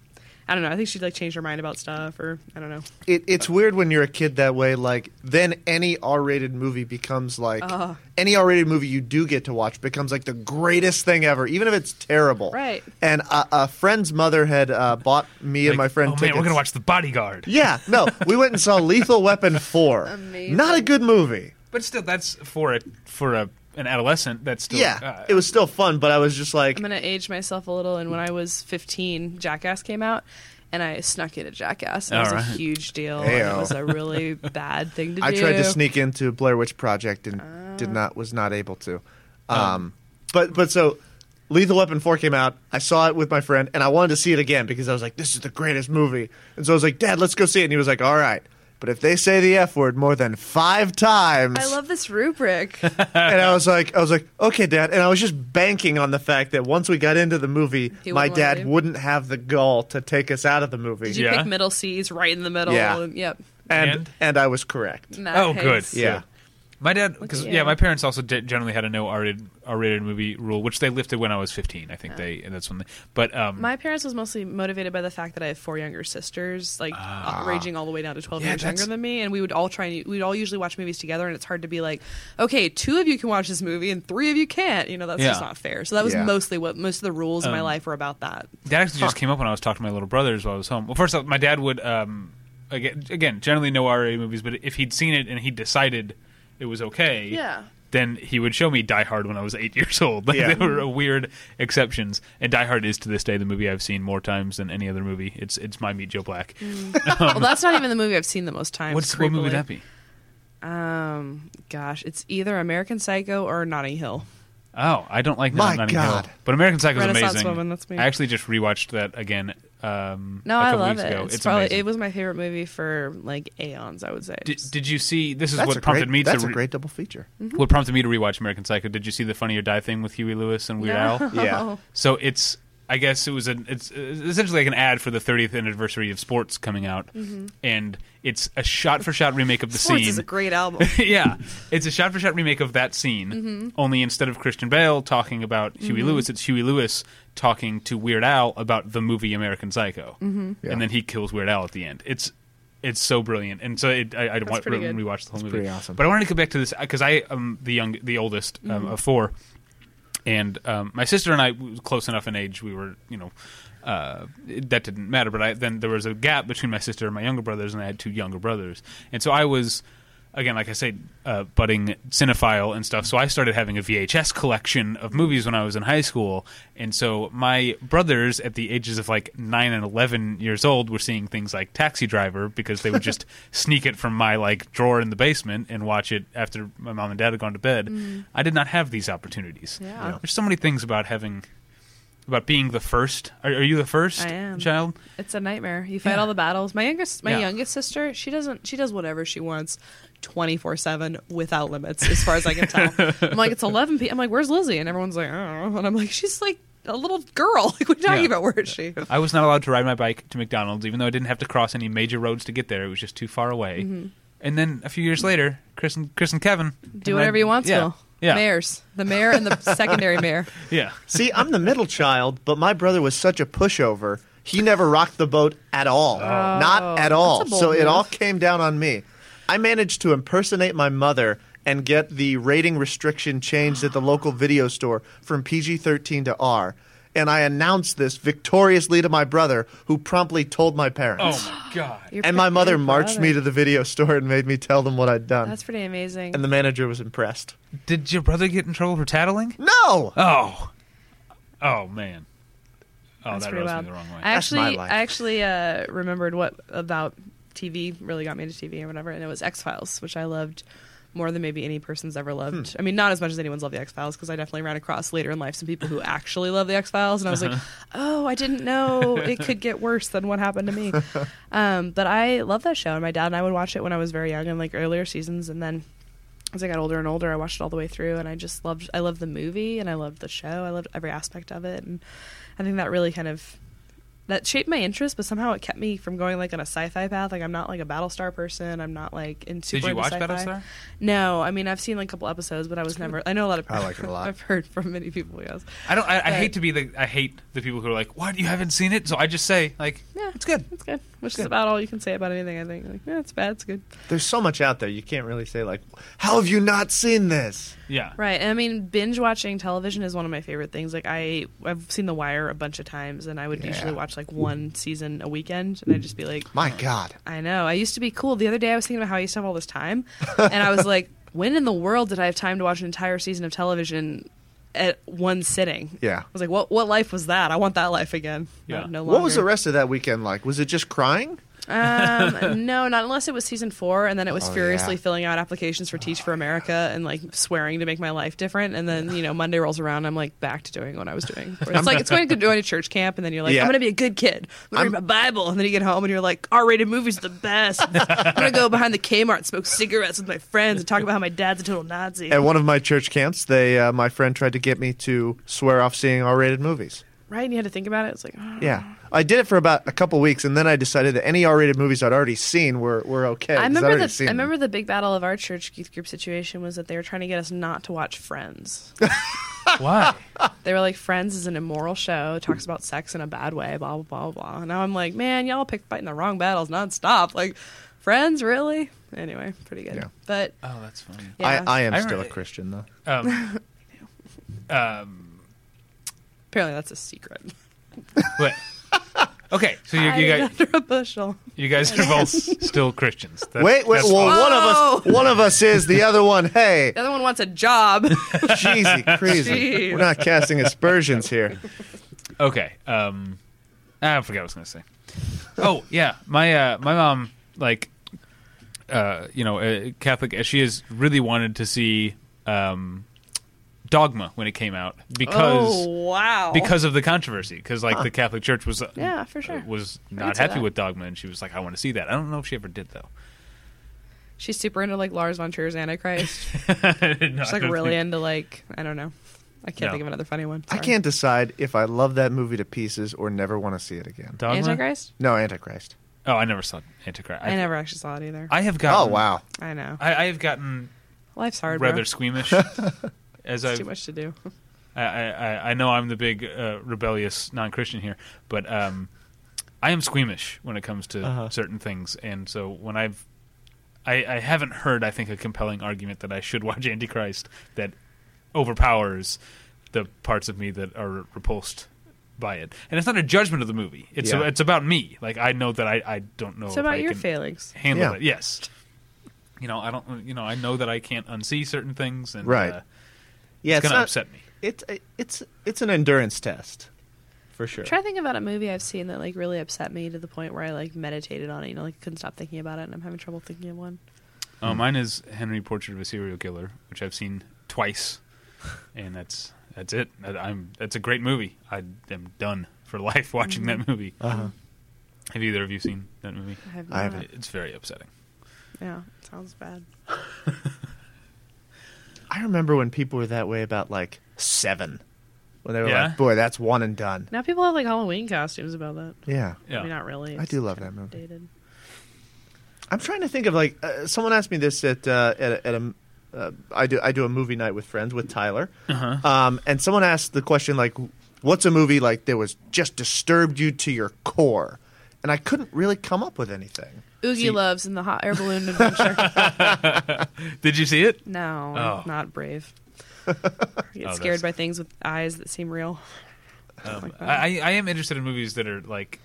Speaker 3: I don't know. I think she like changed her mind about stuff, or I don't know.
Speaker 2: It, it's weird when you're a kid that way. Like then any R-rated movie becomes like
Speaker 3: Uh.
Speaker 2: any R-rated movie you do get to watch becomes like the greatest thing ever, even if it's terrible.
Speaker 3: Right.
Speaker 2: And a, a friend's mother had uh, bought me and
Speaker 1: like,
Speaker 2: my friend
Speaker 1: Oh
Speaker 2: tickets.
Speaker 1: man, we're gonna watch The Bodyguard.
Speaker 2: Yeah, no, we went and saw Lethal Weapon four.
Speaker 3: [LAUGHS] Amazing.
Speaker 2: Not a good movie.
Speaker 1: But still, that's for a for a an adolescent. That's still
Speaker 2: yeah,
Speaker 1: uh,
Speaker 2: it was still fun, but I was just like,
Speaker 3: I'm gonna age myself a little, and when I was 15, Jackass came out, and I snuck into Jackass. And it was
Speaker 1: All
Speaker 3: a
Speaker 1: right.
Speaker 3: huge deal. and it
Speaker 2: Ayo.
Speaker 3: was a really [LAUGHS] bad thing to
Speaker 2: I
Speaker 3: do. Ah.
Speaker 2: tried to sneak into Blair Witch Project and did not was not able to.
Speaker 1: Oh.
Speaker 2: Um, but but so Lethal Weapon four came out. I saw it with my friend and I wanted to see it again because I was like, this is the greatest movie. And so I was like, Dad, let's go see it. And he was like, All right. But if they say the F word more than five times,
Speaker 3: I love this
Speaker 2: [LAUGHS]
Speaker 3: rubric.
Speaker 2: and I was like, I was like, okay, Dad. And I was just banking on the fact that once we got into the movie,
Speaker 3: He
Speaker 2: my
Speaker 3: wouldn't wanna
Speaker 2: dad
Speaker 3: leave.
Speaker 2: wouldn't have the gall to take us out of the movie.
Speaker 3: Did you
Speaker 1: Yeah.
Speaker 3: pick middle C's right in the middle?
Speaker 2: Yeah.
Speaker 3: and- yep.
Speaker 2: And
Speaker 1: And?
Speaker 2: and I was correct.
Speaker 3: Nice.
Speaker 1: Oh, good.
Speaker 2: Yeah.
Speaker 1: My dad, because
Speaker 3: at
Speaker 1: yeah,
Speaker 3: you.
Speaker 1: my parents also ge- generally had a no R-rated, R-rated movie rule, which they lifted when I was fifteen. I think they, and that's when. They, but um,
Speaker 3: My parents was mostly motivated by the fact that I have four younger sisters, like ranging all the way down to twelve
Speaker 1: Ah. Yeah,
Speaker 3: years
Speaker 1: that's-
Speaker 3: younger than me, and we would all try and we'd all usually watch movies together, and it's hard to be like, okay, two of you can watch this movie and three of you can't. You know, that's just
Speaker 1: Yeah. Um,
Speaker 3: not fair. So that was
Speaker 2: Yeah.
Speaker 3: mostly what most of the rules in my life were
Speaker 1: [LAUGHS]
Speaker 3: about that.
Speaker 1: that actually just came up when I was talking to my little brothers while I was home. Well, first off, my dad would um, again, again, generally no R-rated movies, but if he'd seen it and he decided it was okay,
Speaker 3: Yeah.
Speaker 1: then he would show me Die Hard when I was eight [LAUGHS] years old. Like,
Speaker 2: Yeah.
Speaker 1: There were weird exceptions, and Die Hard is to this day the movie I've seen more times than any other movie. It's it's my Meet Joe Black.
Speaker 2: Mm.
Speaker 3: well, that's not even the movie I've seen the most times.
Speaker 1: um, What's what movie would that be?
Speaker 3: Um, gosh, it's either American Psycho or Notting Hill.
Speaker 1: Oh, I don't like
Speaker 2: My
Speaker 1: Notting Hill.
Speaker 2: God.
Speaker 1: But American Psycho is
Speaker 3: Renaissance
Speaker 1: amazing.
Speaker 3: Woman, that's me.
Speaker 1: I actually just rewatched that again. Um,
Speaker 3: No,
Speaker 1: a
Speaker 3: I
Speaker 1: couple
Speaker 3: love
Speaker 1: weeks
Speaker 3: it.
Speaker 1: Ago.
Speaker 3: It's, probably
Speaker 1: amazing.
Speaker 3: it was my favorite movie for like aeons. I would say.
Speaker 1: Did, did you see? This is
Speaker 2: That's
Speaker 1: what
Speaker 2: a
Speaker 1: prompted
Speaker 2: great,
Speaker 1: me
Speaker 2: That's
Speaker 1: to
Speaker 2: a
Speaker 1: re-
Speaker 2: great double feature.
Speaker 3: Mm-hmm.
Speaker 1: what prompted me to rewatch American Psycho. Did you see the Funny or Die thing with Huey Lewis and Weird
Speaker 3: No.
Speaker 1: Al?
Speaker 3: [LAUGHS]
Speaker 2: Yeah.
Speaker 1: So it's I guess it was an it's uh, essentially like an ad for the 30th anniversary of Sports coming out, and it's a shot for shot remake of the
Speaker 3: Mm-hmm. Sports
Speaker 1: scene.
Speaker 3: is a great album.
Speaker 1: [LAUGHS] yeah, it's a shot for shot remake of that scene.
Speaker 3: Mm-hmm.
Speaker 1: Only instead of Christian Bale talking about Huey Lewis, it's Huey Lewis talking to Weird Al about the movie American Psycho, mm-hmm.
Speaker 2: Yeah.
Speaker 1: and then he kills Weird Al at the end. It's it's so brilliant, and so it, I, I want to
Speaker 3: pretty good.
Speaker 1: rewatch the whole movie.
Speaker 2: pretty awesome.
Speaker 1: But I wanted to go back to this because I am the young, the oldest um,
Speaker 3: Mm-hmm.
Speaker 1: of four, and um, my sister and I we were close enough in age. We were, you know, uh, it- that didn't matter. But I, then there was a gap between my sister and my younger brothers, and I had two younger brothers, and so I was. Again, like I say, uh, budding cinephile and stuff. So I started having a VHS collection of movies when I was in high school, and so my brothers, at the ages of like nine and eleven years old, were seeing things like Taxi Driver because they would just sneak it from my like drawer in the basement and watch it after my mom and dad had gone to bed. I did not have these opportunities.
Speaker 3: Yeah. Yeah.
Speaker 1: There's so many things about having, about being the first. Are, are you the first
Speaker 3: I am.
Speaker 1: child?
Speaker 3: It's a nightmare. You fight
Speaker 1: Yeah.
Speaker 3: all the battles. My youngest, my
Speaker 1: Yeah.
Speaker 3: youngest sister, she doesn't. She does whatever she wants, twenty four seven without limits, as far as I can tell. I'm like, it's eleven p. I'm like, where's Lizzie? And everyone's like, oh. and I'm like, she's like a little girl. [LAUGHS] Like, what are you talking
Speaker 1: Yeah.
Speaker 3: about? Where is she?
Speaker 1: I was not allowed to ride my bike to McDonald's, even though I didn't have to cross any major roads to get there. It was just too far away. And then a few years later, Chris and Chris and Kevin
Speaker 3: Mm-hmm. Do whatever you want
Speaker 1: Yeah.
Speaker 3: to.
Speaker 1: Yeah.
Speaker 3: Mayors, the mayor and the secondary mayor. [LAUGHS]
Speaker 1: Yeah.
Speaker 2: See, I'm the middle child, but my brother was such a pushover. He never rocked the boat at all. Not at all.
Speaker 3: Oh. That's a bold
Speaker 2: So it
Speaker 3: move.
Speaker 2: all came down on me. I managed to impersonate my mother and get the rating restriction changed at the local video store from PG 13 to R. And I announced this victoriously to my brother, who promptly told my parents.
Speaker 1: Oh my god.
Speaker 2: [LAUGHS] and my mother marched me to the video store and made me tell them what I'd done.
Speaker 3: That's pretty amazing.
Speaker 2: and the manager was impressed.
Speaker 1: Did your brother get in trouble for tattling?
Speaker 2: No!
Speaker 1: Oh. Oh man. Oh,
Speaker 3: That's
Speaker 1: that
Speaker 3: pretty
Speaker 1: rubs
Speaker 3: wild.
Speaker 1: me the wrong way.
Speaker 3: I
Speaker 2: That's
Speaker 3: actually,
Speaker 2: my life.
Speaker 3: I actually uh, remembered what about TV really got me into TV or whatever, and it was X Files, which I loved more than maybe any person's ever loved.
Speaker 2: Hmm.
Speaker 3: I mean, not as much as anyone's loved the X Files because I definitely ran across later in life some people who actually love the X Files, and I was like,
Speaker 2: Uh-huh.
Speaker 3: oh, I didn't know it could get worse than what happened
Speaker 2: [LAUGHS]
Speaker 3: to me. um, but I love that show, and my dad and I would watch it when I was very young in like earlier seasons, and then. As I got older and older, I watched it all the way through, and I just loved. I loved the movie, and I loved the show. I loved every aspect of it, and I think that really kind of that shaped my interest, but somehow it kept me from going like on a sci-fi path. Like I'm not like a Battlestar person. I'm not like into.
Speaker 1: Did you
Speaker 3: into
Speaker 1: watch
Speaker 3: sci-fi.
Speaker 1: Battlestar?
Speaker 3: No, I mean I've seen like a couple episodes, but I was never. I know a lot of.
Speaker 2: I like it a lot.
Speaker 3: [LAUGHS] I've heard from many people. Yes.
Speaker 1: I don't. I, I
Speaker 3: But-
Speaker 1: hate to be the. I hate the people who are like, "What? You haven't seen it?" So I just say, like,
Speaker 3: Yeah,
Speaker 1: it's good."
Speaker 3: It's good. Which
Speaker 1: Good.
Speaker 3: is about all you can say about anything. I think. Like, yeah, it's bad. It's good.
Speaker 2: There's so much out there, you can't really say, like, how have you not seen this?
Speaker 1: Yeah.
Speaker 3: Right. And I mean, binge watching television is one of my favorite things. Like I, I've seen The Wire a bunch of times, and I would
Speaker 2: Yeah.
Speaker 3: usually watch like one season a weekend, and I'd just be like,
Speaker 2: My God.
Speaker 3: I know. I used to be cool. The other day, I was thinking about how I used to have all
Speaker 2: [LAUGHS]
Speaker 3: this time, and I was like, when in the world did I have time to watch an entire season of television at one sitting?
Speaker 2: Yeah.
Speaker 3: I was like, what what life was that? I want that life again.
Speaker 1: Yeah.
Speaker 3: Not- No longer.
Speaker 2: What was the rest of that weekend like? Was it just crying? [LAUGHS]
Speaker 3: Um, no, not unless it was season four, and then it was
Speaker 2: Oh,
Speaker 3: furiously
Speaker 2: yeah.
Speaker 3: filling out applications for Teach for America and like swearing to make my life different. And then you know Monday rolls around, I'm like back to doing what I was doing. Where it's
Speaker 2: [LAUGHS]
Speaker 3: like it's going to going to church camp, and then you're like,
Speaker 2: Yeah.
Speaker 3: I'm going to be a good kid. I'm going to read my Bible, and then you get home and you're like, R-rated movies
Speaker 2: [LAUGHS]
Speaker 3: are the best. I'm going to go behind the Kmart, and smoke cigarettes with my friends, and talk about how my dad's a total Nazi.
Speaker 2: At one of my church camps, they uh, my friend tried to get me to swear off seeing R-rated movies.
Speaker 3: Right? And you had to think about it. It's like, oh.
Speaker 2: Yeah, I did it for about a couple weeks, and then I decided that any R-rated movies I'd already seen were, were okay.
Speaker 3: I
Speaker 2: 'cause I'd
Speaker 3: remember
Speaker 2: already
Speaker 3: the
Speaker 2: seen
Speaker 3: I
Speaker 2: them.
Speaker 3: remember the big battle of our church youth group situation was that they were trying to get us not to watch Friends.
Speaker 1: Why?
Speaker 3: They were like, Friends is an immoral show, talks about sex in a bad way, blah, blah, blah, blah. And now I'm like, man, y'all pick fighting the wrong battles nonstop. Like, Friends, really? Anyway, pretty good.
Speaker 2: Yeah.
Speaker 3: But,
Speaker 1: Oh, that's funny.
Speaker 3: yeah.
Speaker 2: I, I am
Speaker 1: I
Speaker 2: still a
Speaker 1: remember-
Speaker 2: Christian though.
Speaker 3: [LAUGHS]
Speaker 1: Um, um,
Speaker 3: Apparently, that's a secret.
Speaker 1: but okay. So you, you
Speaker 3: Hiding
Speaker 1: guys,
Speaker 3: under a bushel.
Speaker 1: you guys are
Speaker 3: [LAUGHS]
Speaker 1: both still Christians. That's-
Speaker 2: wait, wait,
Speaker 1: that's
Speaker 2: well,
Speaker 1: all.
Speaker 2: one of us,
Speaker 3: Oh!
Speaker 2: one of us is the other one. Hey,
Speaker 3: [LAUGHS] The other one wants a job.
Speaker 2: Jeezy,
Speaker 3: Jeez.
Speaker 2: crazy. We're not casting aspersions here.
Speaker 1: Okay. Um, I forgot what I was going to say. Oh yeah, my uh, my mom like, uh, you know, uh, Catholic as she is, really wanted to see um, Dogma when it came out because
Speaker 3: oh, wow.
Speaker 1: because of the controversy because like the Catholic Church was uh,
Speaker 3: Yeah, for sure.
Speaker 1: uh, was
Speaker 3: can
Speaker 1: not
Speaker 3: see
Speaker 1: happy
Speaker 3: that.
Speaker 1: with Dogma and she was like, I want to see that. I don't know if she ever did though.
Speaker 3: She's super into, like, Lars von Trier's Antichrist.
Speaker 1: [LAUGHS] No,
Speaker 3: She's,
Speaker 1: I
Speaker 3: like,
Speaker 1: don't
Speaker 3: really
Speaker 1: think-
Speaker 3: into, like, I don't know. I can't
Speaker 1: No.
Speaker 3: think of another funny one.
Speaker 2: I
Speaker 3: Sorry.
Speaker 2: can't decide if I love that movie to pieces or never want to see it again.
Speaker 1: Dogma?
Speaker 3: Antichrist?
Speaker 2: No, Antichrist.
Speaker 1: Oh, I never saw Antichrist.
Speaker 3: I, never actually saw it either. I,
Speaker 1: I have
Speaker 2: Oh
Speaker 1: gotten.
Speaker 2: wow,
Speaker 3: know.
Speaker 1: I, I have gotten
Speaker 3: Life's hard, bro.
Speaker 1: rather
Speaker 2: [LAUGHS]
Speaker 1: squeamish as
Speaker 3: It's
Speaker 1: I've
Speaker 3: too much to do.
Speaker 1: I, I, I- I know I'm the big uh, rebellious non-Christian here, but um, I am squeamish when it comes to
Speaker 2: Uh-huh.
Speaker 1: certain things, and so when I've I, I haven't heard, I think, a compelling argument that I should [LAUGHS] watch Antichrist that overpowers the parts of me that are repulsed by it. And it's not a judgment of the movie; it's
Speaker 2: Yeah.
Speaker 1: it's about me. Like I know that I, I don't know
Speaker 3: It's
Speaker 1: if
Speaker 3: about
Speaker 1: Oh, I
Speaker 3: your
Speaker 1: can
Speaker 3: failings.
Speaker 1: handle
Speaker 2: Yeah.
Speaker 1: it. Yes, you know I don't. You know I know that I can't unsee certain things, and
Speaker 2: Right.
Speaker 1: uh,
Speaker 2: yeah,
Speaker 1: it's, gonna
Speaker 2: not-
Speaker 1: upset me.
Speaker 2: It's it's it's an endurance test, for sure.
Speaker 3: Try to think about a movie I've seen that like really upset me to the point where I like meditated on it. You know, like couldn't stop thinking about it, and I'm having trouble thinking of one.
Speaker 1: Oh, mine is Henry Portrait of a Serial Killer, which I've seen
Speaker 3: [LAUGHS]
Speaker 1: twice, and that's that's it. That- I'm that's a great movie. I am done for [LAUGHS] life watching that movie.
Speaker 2: Uh-huh.
Speaker 1: Have either of you seen that movie?
Speaker 3: Mm-hmm. I have.
Speaker 2: I
Speaker 3: not.
Speaker 2: haven't.
Speaker 1: It's very upsetting.
Speaker 3: Yeah, sounds bad.
Speaker 2: I remember when people were that way about like seven, when they were
Speaker 1: Yeah?
Speaker 2: like, "Boy, that's one and done."
Speaker 3: Now people have like Halloween costumes about that.
Speaker 2: Yeah,
Speaker 1: Yeah.
Speaker 3: I mean, not really.
Speaker 2: I
Speaker 3: It's
Speaker 2: do love
Speaker 3: kind
Speaker 2: that
Speaker 3: of
Speaker 2: movie.
Speaker 3: Dated.
Speaker 2: I'm trying to think of like uh, someone asked me this at uh, at a, at a uh, I do I do a movie night with friends with Tyler,
Speaker 1: Uh-huh.
Speaker 2: um, and someone asked the question like, "What's a movie like that was just disturbed you to your core?" and I couldn't really come up with anything.
Speaker 3: Oogie
Speaker 1: See-
Speaker 3: loves in the hot air balloon adventure.
Speaker 1: Did you see it?
Speaker 3: no,
Speaker 1: Oh.
Speaker 3: not brave. I get
Speaker 1: Oh,
Speaker 3: scared
Speaker 1: that's-
Speaker 3: by things with eyes that seem real.
Speaker 1: Um,
Speaker 3: like that.
Speaker 1: I, I am interested in movies that are like,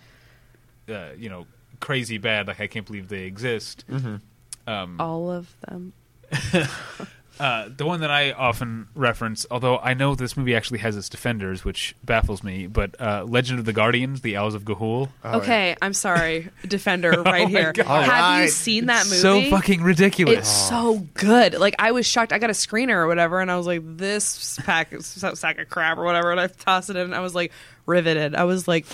Speaker 1: uh, you know, crazy bad. Like I can't believe they exist.
Speaker 3: Mm-hmm.
Speaker 1: Um,
Speaker 3: All of them.
Speaker 1: uh, the one that I often reference, although I know this movie actually has its defenders, which baffles me. But uh, Legend of the Guardians, The Owls of Gahul,
Speaker 2: All
Speaker 3: okay, I'm sorry, Defender,
Speaker 1: my
Speaker 3: right here.
Speaker 1: God.
Speaker 2: All
Speaker 3: Have you
Speaker 2: right.
Speaker 3: seen that movie?
Speaker 1: so fucking ridiculous.
Speaker 3: It's so good. Like I was shocked. I got a screener or whatever, and I was like, "This pack sack of crap or whatever," and I tossed it in. And I was like riveted. I
Speaker 1: [LAUGHS]
Speaker 3: was like,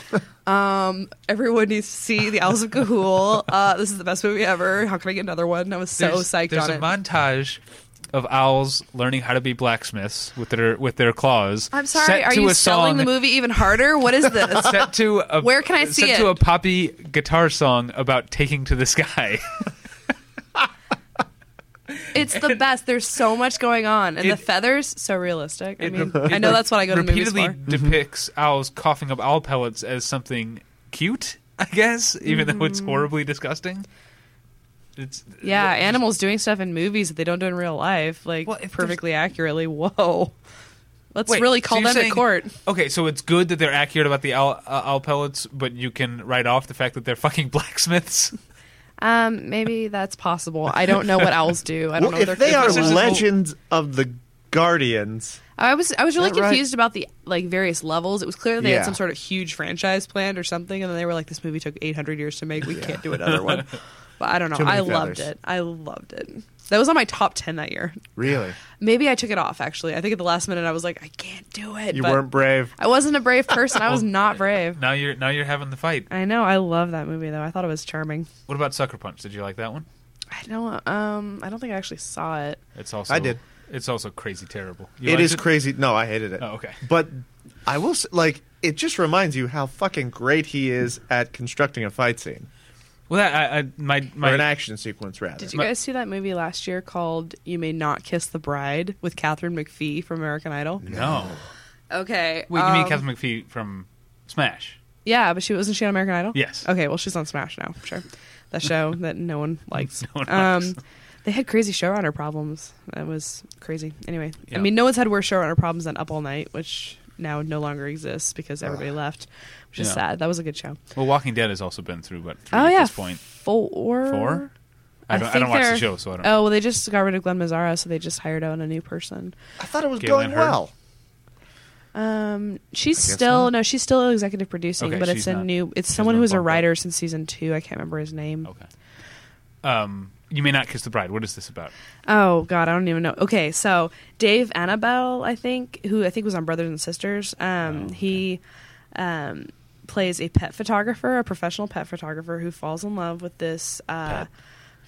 Speaker 3: um, "Everyone needs to see the Owls of Gahul. Uh, this is the best movie ever. How can I get another one?" And I was so
Speaker 1: there's,
Speaker 3: psyched
Speaker 1: There's
Speaker 3: on
Speaker 1: a
Speaker 3: it.
Speaker 1: montage of owls learning how to be blacksmiths with their with their claws.
Speaker 3: I'm sorry.
Speaker 1: set
Speaker 3: Are
Speaker 1: to
Speaker 3: you
Speaker 1: a
Speaker 3: selling
Speaker 1: song,
Speaker 3: the movie even harder? What is this?
Speaker 1: [LAUGHS] Set to a,
Speaker 3: Where can I see
Speaker 1: set
Speaker 3: it?
Speaker 1: to a poppy guitar song about taking to the sky. [LAUGHS]
Speaker 3: it's the best. There's so much going on, and
Speaker 1: It-
Speaker 3: the feathers so realistic. I
Speaker 1: It
Speaker 3: mean,
Speaker 1: re-
Speaker 3: I know that's what I go to the movies
Speaker 1: repeatedly
Speaker 3: for.
Speaker 1: depicts owls coughing up owl pellets as something cute. I guess, even though it's horribly disgusting. It's
Speaker 3: Mm.
Speaker 1: uh,
Speaker 3: Yeah,
Speaker 1: it's-
Speaker 3: animals doing stuff in movies that they don't do in real life, like
Speaker 1: Well, if there's-
Speaker 3: perfectly accurately. Whoa, let's
Speaker 1: Wait,
Speaker 3: really
Speaker 1: so
Speaker 3: call
Speaker 1: you're
Speaker 3: them
Speaker 1: saying-
Speaker 3: to court.
Speaker 1: Okay, so it's good that they're accurate about the owl, uh, owl pellets, but you can write off the fact that they're fucking [LAUGHS] blacksmiths.
Speaker 3: Um, maybe that's possible. I don't know what owls do. I don't
Speaker 2: Well,
Speaker 3: know
Speaker 2: if they are
Speaker 1: This is a whole-
Speaker 2: legends of the guardians,
Speaker 3: I was I was really
Speaker 2: Is that right?
Speaker 3: confused about the like various levels. It was clear they
Speaker 2: Yeah.
Speaker 3: had some sort of huge franchise planned or something, and then they were like, "This movie took 800 years to make. We can't do
Speaker 2: [LAUGHS]
Speaker 3: another one." But I don't know.
Speaker 2: Too many
Speaker 3: I loved
Speaker 2: feathers.
Speaker 3: it. I loved it. That was on my top 10 that year.
Speaker 2: really,
Speaker 3: [SIGHS] Maybe I took it off actually. I think at the last minute I was like, "I can't do it."
Speaker 2: you
Speaker 3: but
Speaker 2: weren't brave.
Speaker 3: I wasn't a brave
Speaker 1: [LAUGHS]
Speaker 3: person. I was not brave.
Speaker 1: Now you're now you're having the fight.
Speaker 3: I know. I love that movie though. I thought it was charming.
Speaker 1: What about Sucker Punch? Did you like that one?
Speaker 3: I don't. Um, I don't think I actually saw it.
Speaker 1: It's also
Speaker 2: I did.
Speaker 1: It's also crazy terrible. You
Speaker 2: It
Speaker 1: liked
Speaker 2: is crazy. No, I hated it.
Speaker 1: Oh, okay.
Speaker 2: But I will s like it just reminds you how fucking great he is at constructing a fight scene
Speaker 1: Well, that, I, I my my
Speaker 2: or an action sequence rather.
Speaker 3: Did you
Speaker 1: My-
Speaker 3: guys see that movie last year called "You May Not Kiss the Bride" with Catherine McPhee from American Idol?
Speaker 1: no.
Speaker 3: Okay.
Speaker 1: Mm-hmm. Wait, you mean
Speaker 3: um,
Speaker 1: Catherine McPhee from Smash?
Speaker 3: Yeah, but she wasn't she on American Idol?
Speaker 1: Yes.
Speaker 3: Okay. Well, she's on Smash now. Sure.
Speaker 1: [LAUGHS]
Speaker 3: That show that no one likes.
Speaker 1: No one
Speaker 3: um, they had crazy showrunner problems. That was crazy. Anyway,
Speaker 1: Yeah.
Speaker 3: I mean, no one's had worse showrunner problems than Up All Night, which now no longer exists because everybody left, which is
Speaker 1: Yeah.
Speaker 3: sad. That was a good show.
Speaker 1: Well, Walking Dead has also been through but three
Speaker 3: oh
Speaker 1: at
Speaker 3: yeah,
Speaker 1: this point.
Speaker 3: four.
Speaker 1: Four? I
Speaker 3: I
Speaker 1: don't, I,
Speaker 3: think
Speaker 1: don't watch the
Speaker 3: they're-
Speaker 1: show, so I don't.
Speaker 3: Oh well, they just got rid of Glenn Mazzara, so they just hired on a new person.
Speaker 2: I thought it was
Speaker 1: Galen
Speaker 2: going
Speaker 1: Hurd?
Speaker 2: well.
Speaker 3: Um, she's
Speaker 2: I guess
Speaker 3: still
Speaker 2: not.
Speaker 3: no, she's still executive producing,
Speaker 1: Okay,
Speaker 3: but
Speaker 1: she's
Speaker 3: it's a
Speaker 1: not-
Speaker 3: new. It's
Speaker 1: she's
Speaker 3: someone
Speaker 1: not
Speaker 3: who was a
Speaker 1: bumped up.
Speaker 3: writer since season two. I can't remember his name.
Speaker 1: Okay. Um, you may not kiss the bride. What is this about?
Speaker 3: Oh God, I don't even know. Okay, so Dave Annabelle, I think, who I think was on Brothers and Sisters. Um,
Speaker 1: Oh, okay.
Speaker 3: he um, plays a pet photographer, a professional pet photographer who falls in love with this. Uh,
Speaker 1: Pet.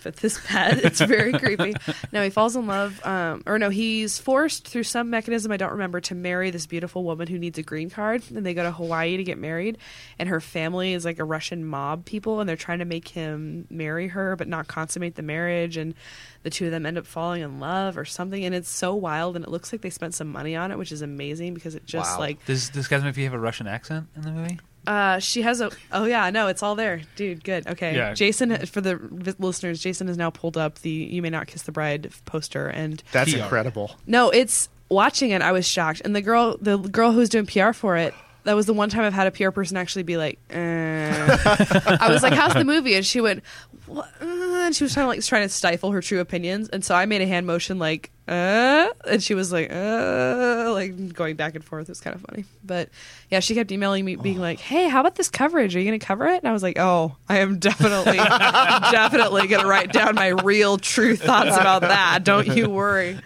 Speaker 3: With this pet, [LAUGHS] it's very creepy. No, he falls in love, um, or no, he's forced through some mechanism I don't remember to marry this beautiful woman who needs a green card. And they go to Hawaii to get married, and her family is like a Russian mob people, and they're trying to make him marry her, but not consummate the marriage. And the two of them end up falling in love or something, and it's so wild, and it looks like they spent some money on it, which is amazing because it just
Speaker 2: Wow.
Speaker 3: like
Speaker 1: Does this guy's maybe have a Russian accent in the movie?
Speaker 3: uh, she has a. Oh yeah, no, it's all there, dude. Good. Okay,
Speaker 1: Yeah.
Speaker 3: Jason. For the vi- listeners, Jason has now pulled up the "You May Not Kiss the Bride" poster, and
Speaker 2: That's
Speaker 1: PR.
Speaker 2: incredible.
Speaker 3: no, it's watching it. I was shocked, and the girl, the girl who was doing PR for it. That was the one time I've had a PR person actually be like, eh. I was like, "How's the movie?" And she went, what? uh," and she was trying to like trying to stifle her true opinions, and so I made a hand motion like, uh, and she was like, uh, like going back and forth. It was kind of funny, but yeah, she kept emailing me being like, "Hey, how about this coverage? Are you going to cover it?" And I was like, "Oh, I am definitely, definitely going to write down my real true thoughts about that. Don't you worry."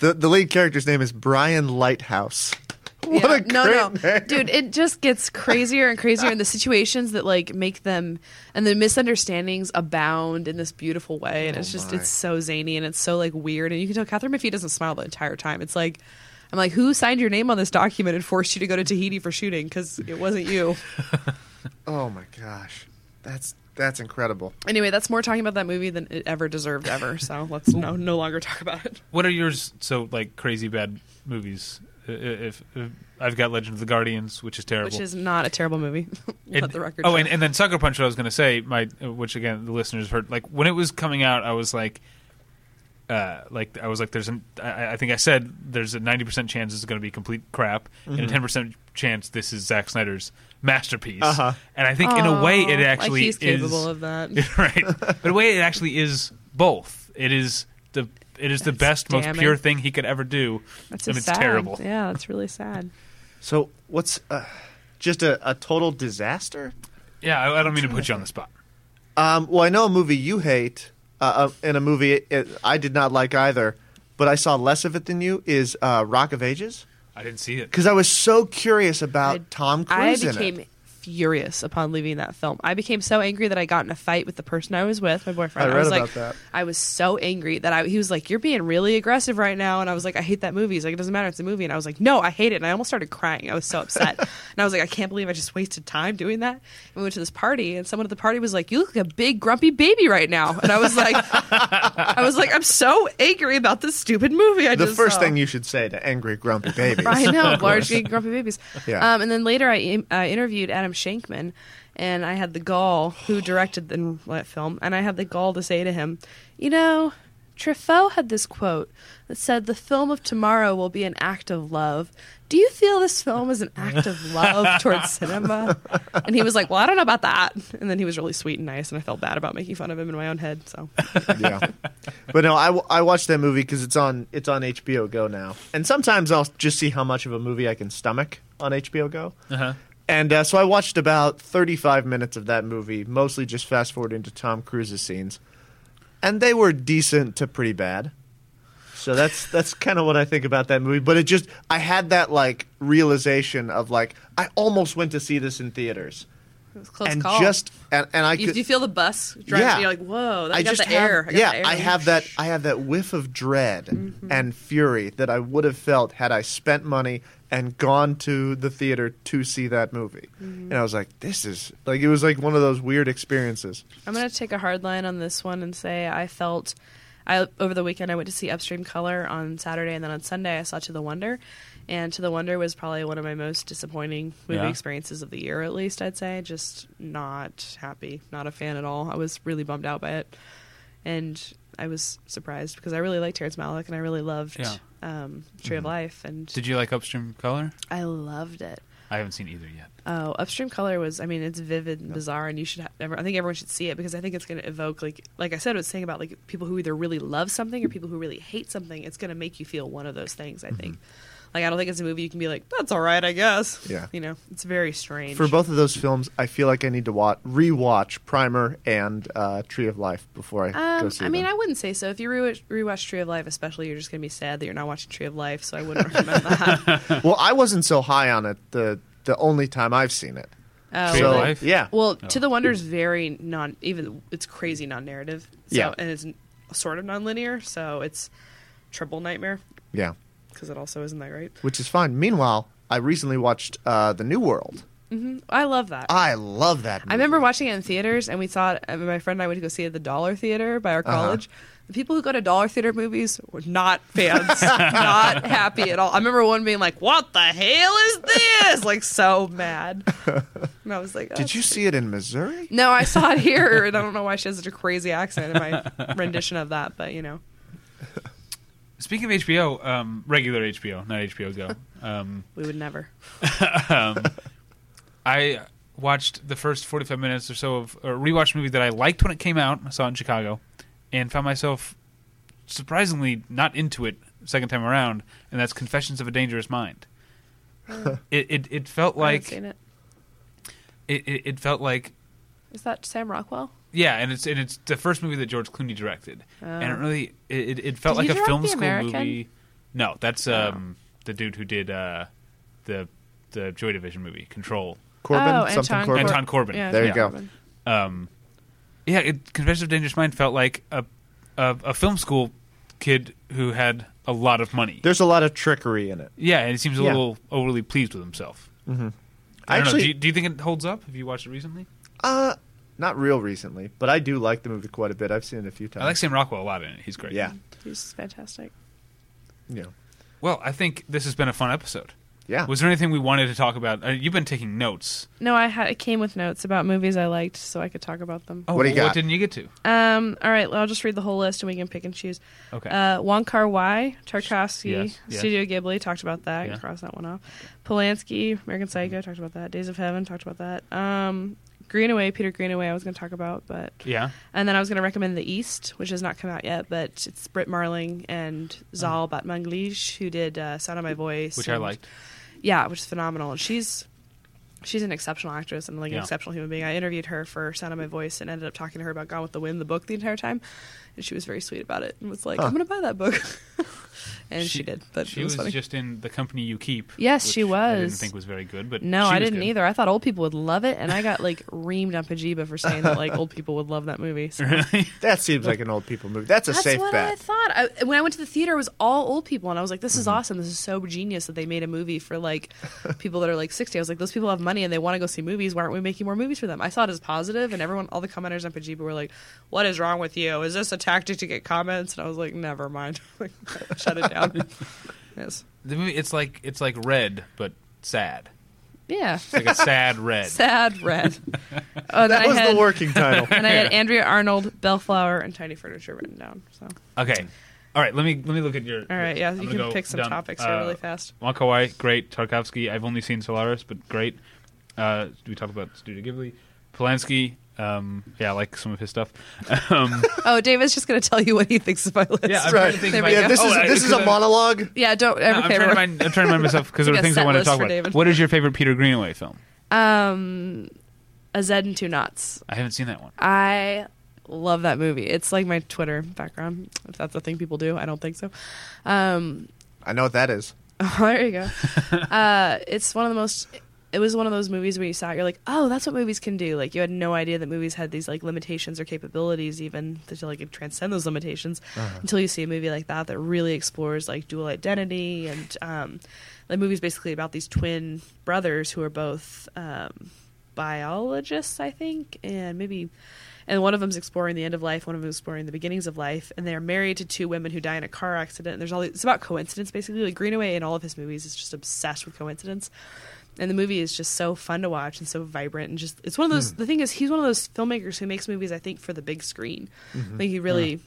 Speaker 2: The the lead character's name is Brian Lighthouse. [LAUGHS] What
Speaker 3: Yeah.
Speaker 2: a great
Speaker 3: no, no,
Speaker 2: name.
Speaker 3: dude! It just gets crazier and crazier, and the situations that like make them and the misunderstandings abound in this beautiful way, and it's
Speaker 2: Oh,
Speaker 3: just
Speaker 2: my.
Speaker 3: it's so zany and it's so like weird, and you can tell Catherine McPhee doesn't smile the entire time. It's like I'm like, who signed your name on this document and forced you to go to Tahiti for shooting because it wasn't you.
Speaker 2: Oh my gosh, that's that's incredible.
Speaker 3: anyway, that's more talking about that movie than it ever deserved ever. So let's no no longer talk about it.
Speaker 1: What are yours? So like crazy bad movies i- if, if I've got Legend of the Guardians, which is terrible.
Speaker 3: which is not a terrible movie. [LAUGHS] Let
Speaker 1: And-
Speaker 3: the record.
Speaker 1: oh,
Speaker 3: show.
Speaker 1: and, and then Sucker Punch. What I was going to say, my which again the listeners heard. Like when it was coming out, I was like, uh, like I was like, there's an. I, I think I said there's a ninety percent chance it's going to be complete crap, and a ten percent chance this is Zack Snyder's masterpiece.
Speaker 2: Uh-huh.
Speaker 1: And I think in a way
Speaker 3: Aw,
Speaker 1: it actually
Speaker 3: like he's
Speaker 1: is
Speaker 3: capable of that.
Speaker 1: [LAUGHS] right, but in a way it actually is both. It is the it is the
Speaker 3: That's
Speaker 1: best, most
Speaker 3: damning.
Speaker 1: pure thing he could ever do,
Speaker 3: That's so
Speaker 1: and it's
Speaker 3: sad.
Speaker 1: terrible.
Speaker 3: Yeah, that's really sad.
Speaker 2: So what's uh, just a, a total disaster?
Speaker 1: Yeah, I, I don't mean to put you on the spot.
Speaker 2: Um, well, I know a movie you hate, uh, uh, and a movie it, I did not like either, but I saw less of it than you is uh, Rock of Ages
Speaker 1: I didn't see it.
Speaker 2: because I was so curious about
Speaker 3: I-
Speaker 2: Tom
Speaker 3: I
Speaker 2: Cruise in
Speaker 3: became
Speaker 2: it.
Speaker 3: furious upon leaving that film. I became so angry that I got in a fight with the person I was with, my boyfriend.
Speaker 2: I read
Speaker 3: was
Speaker 2: about
Speaker 3: like,
Speaker 2: that.
Speaker 3: I was so angry that I, he was like, "You're being really aggressive right now," and I was like, "I hate that movie." He's like, "It doesn't matter. It's a movie." And I was like, "No, I hate it." And I almost started crying. I was so
Speaker 2: [LAUGHS]
Speaker 3: upset, and I was like, "I can't believe I just wasted time doing that." And we went to this party, and someone at the party was like, "You look like a big grumpy baby right now," and I
Speaker 2: [LAUGHS]
Speaker 3: was like, "I was like, I'm so angry about this stupid movie." I
Speaker 2: The
Speaker 3: just
Speaker 2: first
Speaker 3: saw.
Speaker 2: thing you should say to angry
Speaker 3: [LAUGHS]
Speaker 2: grumpy babies. [LAUGHS]
Speaker 3: I know, large gay grumpy babies.
Speaker 2: Yeah.
Speaker 3: Um, and then later I uh, interviewed Adam Shankman, and I had the gall who directed the that film, and I had the gall to say to him, you know, Truffaut had this quote that said, "The film of tomorrow will be an act of love." Do you feel this film is an act of
Speaker 2: [LAUGHS]
Speaker 3: love towards cinema? And he was like, "Well, I don't know about that." And then he was really sweet and nice, and I felt bad about making fun of him in my own head. So
Speaker 2: yeah. [LAUGHS] But no, I, w- I watched that movie because it's on it's on HBO Go now, and sometimes I'll just see how much of a movie I can stomach on HBO Go.
Speaker 1: Uh-huh.
Speaker 2: And uh, so I watched about 35 minutes of that movie, mostly just fast forwarding to Tom Cruise's scenes, and they were decent to pretty bad. So that's that's kind of what I think about that movie. But it just I had that like realization of like I almost went to see this in theaters,
Speaker 3: it was a close
Speaker 2: and
Speaker 3: call.
Speaker 2: just and, and I
Speaker 3: you,
Speaker 2: could,
Speaker 3: you feel the bus driving?
Speaker 2: Yeah.
Speaker 3: You're like, "Whoa!" I,
Speaker 2: I
Speaker 3: got
Speaker 2: just
Speaker 3: the
Speaker 2: have,
Speaker 3: air. I got
Speaker 2: yeah,
Speaker 3: the air. Mm-hmm.
Speaker 2: I have that. I have that whiff of dread and fury that I would have felt had I spent money and gone to the theater to see that movie.
Speaker 3: Mm-hmm.
Speaker 2: And I was like, this is like it was like one of those weird experiences.
Speaker 3: I'm gonna take a hard line on this one and say I felt I over the weekend I went to see Upstream Color on Saturday and then on Sunday I saw To the Wonder, and To the Wonder was probably one of my most disappointing movie
Speaker 1: Yeah.
Speaker 3: experiences of the year at least I'd say just not happy, not a fan at all. I was really bummed out by it, and I was surprised because I really liked Terrence Malick and I really loved
Speaker 1: Yeah. Mm-hmm.
Speaker 3: um, Tree of Life and
Speaker 1: Did you like Upstream Color?
Speaker 3: I loved it.
Speaker 1: I haven't seen either yet.
Speaker 3: Oh, Upstream Color was. I mean, it's vivid and bizarre, and you should. Have, I think everyone should see it because I think it's going to evoke, like, like I said, it was saying about like people who either really love something or people who really hate something. It's going to make you feel one of those things. I think. Like, I don't think it's a movie you can be like, that's all right, I guess.
Speaker 2: Mm-hmm. Yeah.
Speaker 3: You know, it's very strange.
Speaker 2: For both of those films, I feel like I need to watch rewatch Primer and uh, Tree of Life before I go
Speaker 3: Um,
Speaker 2: see
Speaker 3: I mean,
Speaker 2: them.
Speaker 3: I wouldn't say so. If you rewatch, rewatch Tree of Life, especially, you're just going to be sad that you're not watching Tree of Life. So I [LAUGHS] wouldn't recommend that.
Speaker 2: [LAUGHS] well, I wasn't so high on it the the only time I've seen it.
Speaker 3: Oh,
Speaker 1: Tree
Speaker 2: so
Speaker 1: of
Speaker 3: really?
Speaker 1: Life?
Speaker 2: yeah,
Speaker 3: Well, To the Wonder is very non, even it's crazy non-narrative. So,
Speaker 2: Yeah.
Speaker 3: and it's n- sort of non-linear, so it's triple nightmare
Speaker 2: yeah,
Speaker 3: because it also isn't that great.
Speaker 2: which is fine. Meanwhile, I recently watched uh, The New World.
Speaker 3: Mm-hmm. I love that.
Speaker 2: I love that. Movie.
Speaker 3: I remember watching it in theaters, and we saw it. I mean, my friend and I went to go see it at the Dollar Theater by
Speaker 2: Uh-huh.
Speaker 3: our college. The people who go to Dollar Theater movies were
Speaker 2: [LAUGHS]
Speaker 3: not fans, not happy at all. I remember one being like, "What the hell is this?" Like so mad, and I was like, "Oh,
Speaker 2: Did you see it in Missouri?
Speaker 3: No, I saw
Speaker 1: [LAUGHS]
Speaker 3: it here, and I don't know why she has such a crazy accent in my rendition of that, but you know,
Speaker 1: Speaking of HBO, um, regular HBO, not HBO Go. Um,
Speaker 3: we would never.
Speaker 1: um, I watched the first forty-five minutes or so of a rewatched movie that I liked when it came out. I saw it in Chicago, and found myself surprisingly not into it second time around. And that's Confessions of a Dangerous Mind. it, it it felt
Speaker 3: Hmm. I haven't
Speaker 1: like
Speaker 3: seen
Speaker 1: it,
Speaker 3: it.
Speaker 1: it, it felt like
Speaker 3: Is that Sam Rockwell?
Speaker 1: yeah, and it's and it's the first movie that George Clooney directed, and it really it, it, it felt
Speaker 3: Did he
Speaker 1: like a
Speaker 3: direct
Speaker 1: film
Speaker 3: The
Speaker 1: school
Speaker 3: American?
Speaker 1: movie. No, that's um, the dude who did uh, the the Joy Division movie, Control.
Speaker 2: Corbin,
Speaker 3: Oh,
Speaker 2: something
Speaker 3: Anton
Speaker 2: Corbin.
Speaker 3: Corbin.
Speaker 1: Anton Corbin.
Speaker 3: Yeah,
Speaker 2: There you
Speaker 3: Sam
Speaker 2: go.
Speaker 3: Rockwell.
Speaker 1: Um, yeah, it, Confessions of a Dangerous Mind felt like a, a a film school kid who had a lot of money.
Speaker 2: There's a lot of trickery in it.
Speaker 1: yeah, and he seems a
Speaker 2: Yeah.
Speaker 1: little overly pleased with himself. Mm-hmm. I don't know.
Speaker 2: Actually-
Speaker 1: Do you, do you think it holds up? Have you watched it recently?
Speaker 2: Uh, not real recently, but I do like the movie quite a Uh. bit. I've seen it a few times.
Speaker 1: I like Sam Rockwell a lot in it. He's great.
Speaker 2: Yeah,
Speaker 3: He's fantastic.
Speaker 2: you know.
Speaker 1: Well, I think this has been a fun episode.
Speaker 2: Yeah.
Speaker 1: Was there anything we wanted to talk about? Uh, you've been taking notes.
Speaker 3: No, I had it came with notes about movies I liked, so I could talk about them.
Speaker 1: Oh,
Speaker 2: What do you
Speaker 1: well,
Speaker 2: got?
Speaker 1: What didn't you get to?
Speaker 3: Um, all right, well, I'll just read the whole list, and we can pick and choose.
Speaker 1: Okay.
Speaker 3: Uh, Wong Kar Wai, Tarkovsky,
Speaker 1: Yes, yes.
Speaker 3: Studio Ghibli. Talked about that.
Speaker 1: Yeah.
Speaker 3: Can Cross that one off. Polanski, American Psycho. Talked about that. Days of Heaven. Talked about that. Um, Greenaway, Peter Greenaway. I was going to talk about, but
Speaker 1: yeah.
Speaker 3: and then I was going to recommend The East, which has not come out yet, but it's Britt Marling and Zal Batmanglish, who did uh, Sound of My Voice,
Speaker 1: Mm. Which I
Speaker 3: and-
Speaker 1: liked.
Speaker 3: yeah, which is phenomenal. And she's she's an exceptional actress and like
Speaker 1: Yeah.
Speaker 3: an exceptional human being. I interviewed her for Sound of My Voice and ended up talking to her about Gone with the Wind, the book, the entire time, and she was very sweet about it and was like, "I'm going to buy that book," [LAUGHS] and she, did. But
Speaker 1: she
Speaker 3: it was,
Speaker 1: was,
Speaker 3: funny.
Speaker 1: just in the company you keep.
Speaker 3: Yes, she
Speaker 1: which I didn't
Speaker 3: was.
Speaker 1: think was very good, but
Speaker 3: no,
Speaker 1: she
Speaker 3: I
Speaker 1: was
Speaker 3: didn't
Speaker 1: good.
Speaker 3: either. I thought old people would love it, and I got like reamed on Pajiba for saying
Speaker 1: [LAUGHS]
Speaker 3: that like old people would love that movie. So.
Speaker 1: [LAUGHS] Really?
Speaker 2: That seems like an old people movie. That's a
Speaker 3: That's
Speaker 2: safe
Speaker 3: what I
Speaker 2: bet.
Speaker 3: thought. I, when I went to the theater, it was all old people, and I was like, "This is awesome. This is so genius that they made a movie for like people that are like 60." I was like, "Those people have money and they want to go see movies. Why aren't we making more movies for them?" I saw it as positive, and everyone, all the commenters on Pajiba were like, "What is wrong with you? Is this a tactic to get comments?" And I was like, "Never mind. [LAUGHS] like, shut it down." yes.
Speaker 1: The movie, it's like it's like red, but sad.
Speaker 3: Yeah.
Speaker 1: It's
Speaker 3: [LAUGHS]
Speaker 1: like a sad red.
Speaker 3: Sad red. Oh, then
Speaker 2: That
Speaker 3: I
Speaker 2: was
Speaker 3: had,
Speaker 2: the
Speaker 3: [LAUGHS]
Speaker 2: working title.
Speaker 3: And I had Andrea Arnold, Bellflower, and Tiny Furniture written down. So,
Speaker 1: Okay. All right. Let me let me look at your.
Speaker 3: all right, yeah,
Speaker 1: I'm
Speaker 3: you
Speaker 1: gonna
Speaker 3: can
Speaker 1: go
Speaker 3: pick some
Speaker 1: down,
Speaker 3: topics
Speaker 1: uh,
Speaker 3: here really fast.
Speaker 1: Makawai, great. Tarkovsky, I've only seen Solaris, but great. Uh, we talked about Studio Ghibli. Polanski, um, yeah, I like some of his stuff. [LAUGHS] Um,
Speaker 3: Oh, David's just going to tell you what he thinks of my list.
Speaker 1: yeah, I'm
Speaker 2: Right.
Speaker 1: trying to think
Speaker 3: There
Speaker 1: if I-
Speaker 3: we go.
Speaker 2: Yeah, this
Speaker 1: oh,
Speaker 2: is
Speaker 1: I-
Speaker 2: this is a
Speaker 1: because I-
Speaker 2: monologue.
Speaker 3: Yeah, don't ever
Speaker 1: no, I'm, trying to mind, I'm trying to mind myself
Speaker 3: [LAUGHS]
Speaker 1: because there
Speaker 3: We
Speaker 1: are
Speaker 3: got
Speaker 1: things I
Speaker 3: set
Speaker 1: want to
Speaker 3: list
Speaker 1: talk
Speaker 3: for
Speaker 1: about.
Speaker 3: David.
Speaker 1: What is your favorite Peter Greenaway film?
Speaker 3: Um, a Z and two knots.
Speaker 1: I haven't seen that one.
Speaker 3: I love that movie. It's like my Twitter background. If that's a thing people do, I don't think so. Um,
Speaker 2: I know what that
Speaker 3: [LAUGHS]
Speaker 2: is.
Speaker 3: Oh, there you go. uh, it's one of the most. It was one of those movies where you saw it, you're like, oh, that's what movies can do. Like you had no idea that movies had these like limitations or capabilities, even to like transcend those limitations, until you see a movie like that that really explores like dual identity and um, the movie's basically about these twin brothers who are both um, biologists, I think, and maybe. And one of them's exploring the end of life, one of them's exploring the beginnings of life, and they are married to two women who die in a car accident. And there's all these, it's about coincidence basically. Like Greenaway in all of his movies is just obsessed with coincidence, and the movie is just so fun to watch and so vibrant and just it's one of those. The thing is, he's one of those filmmakers who makes movies I think for the big screen. Like he really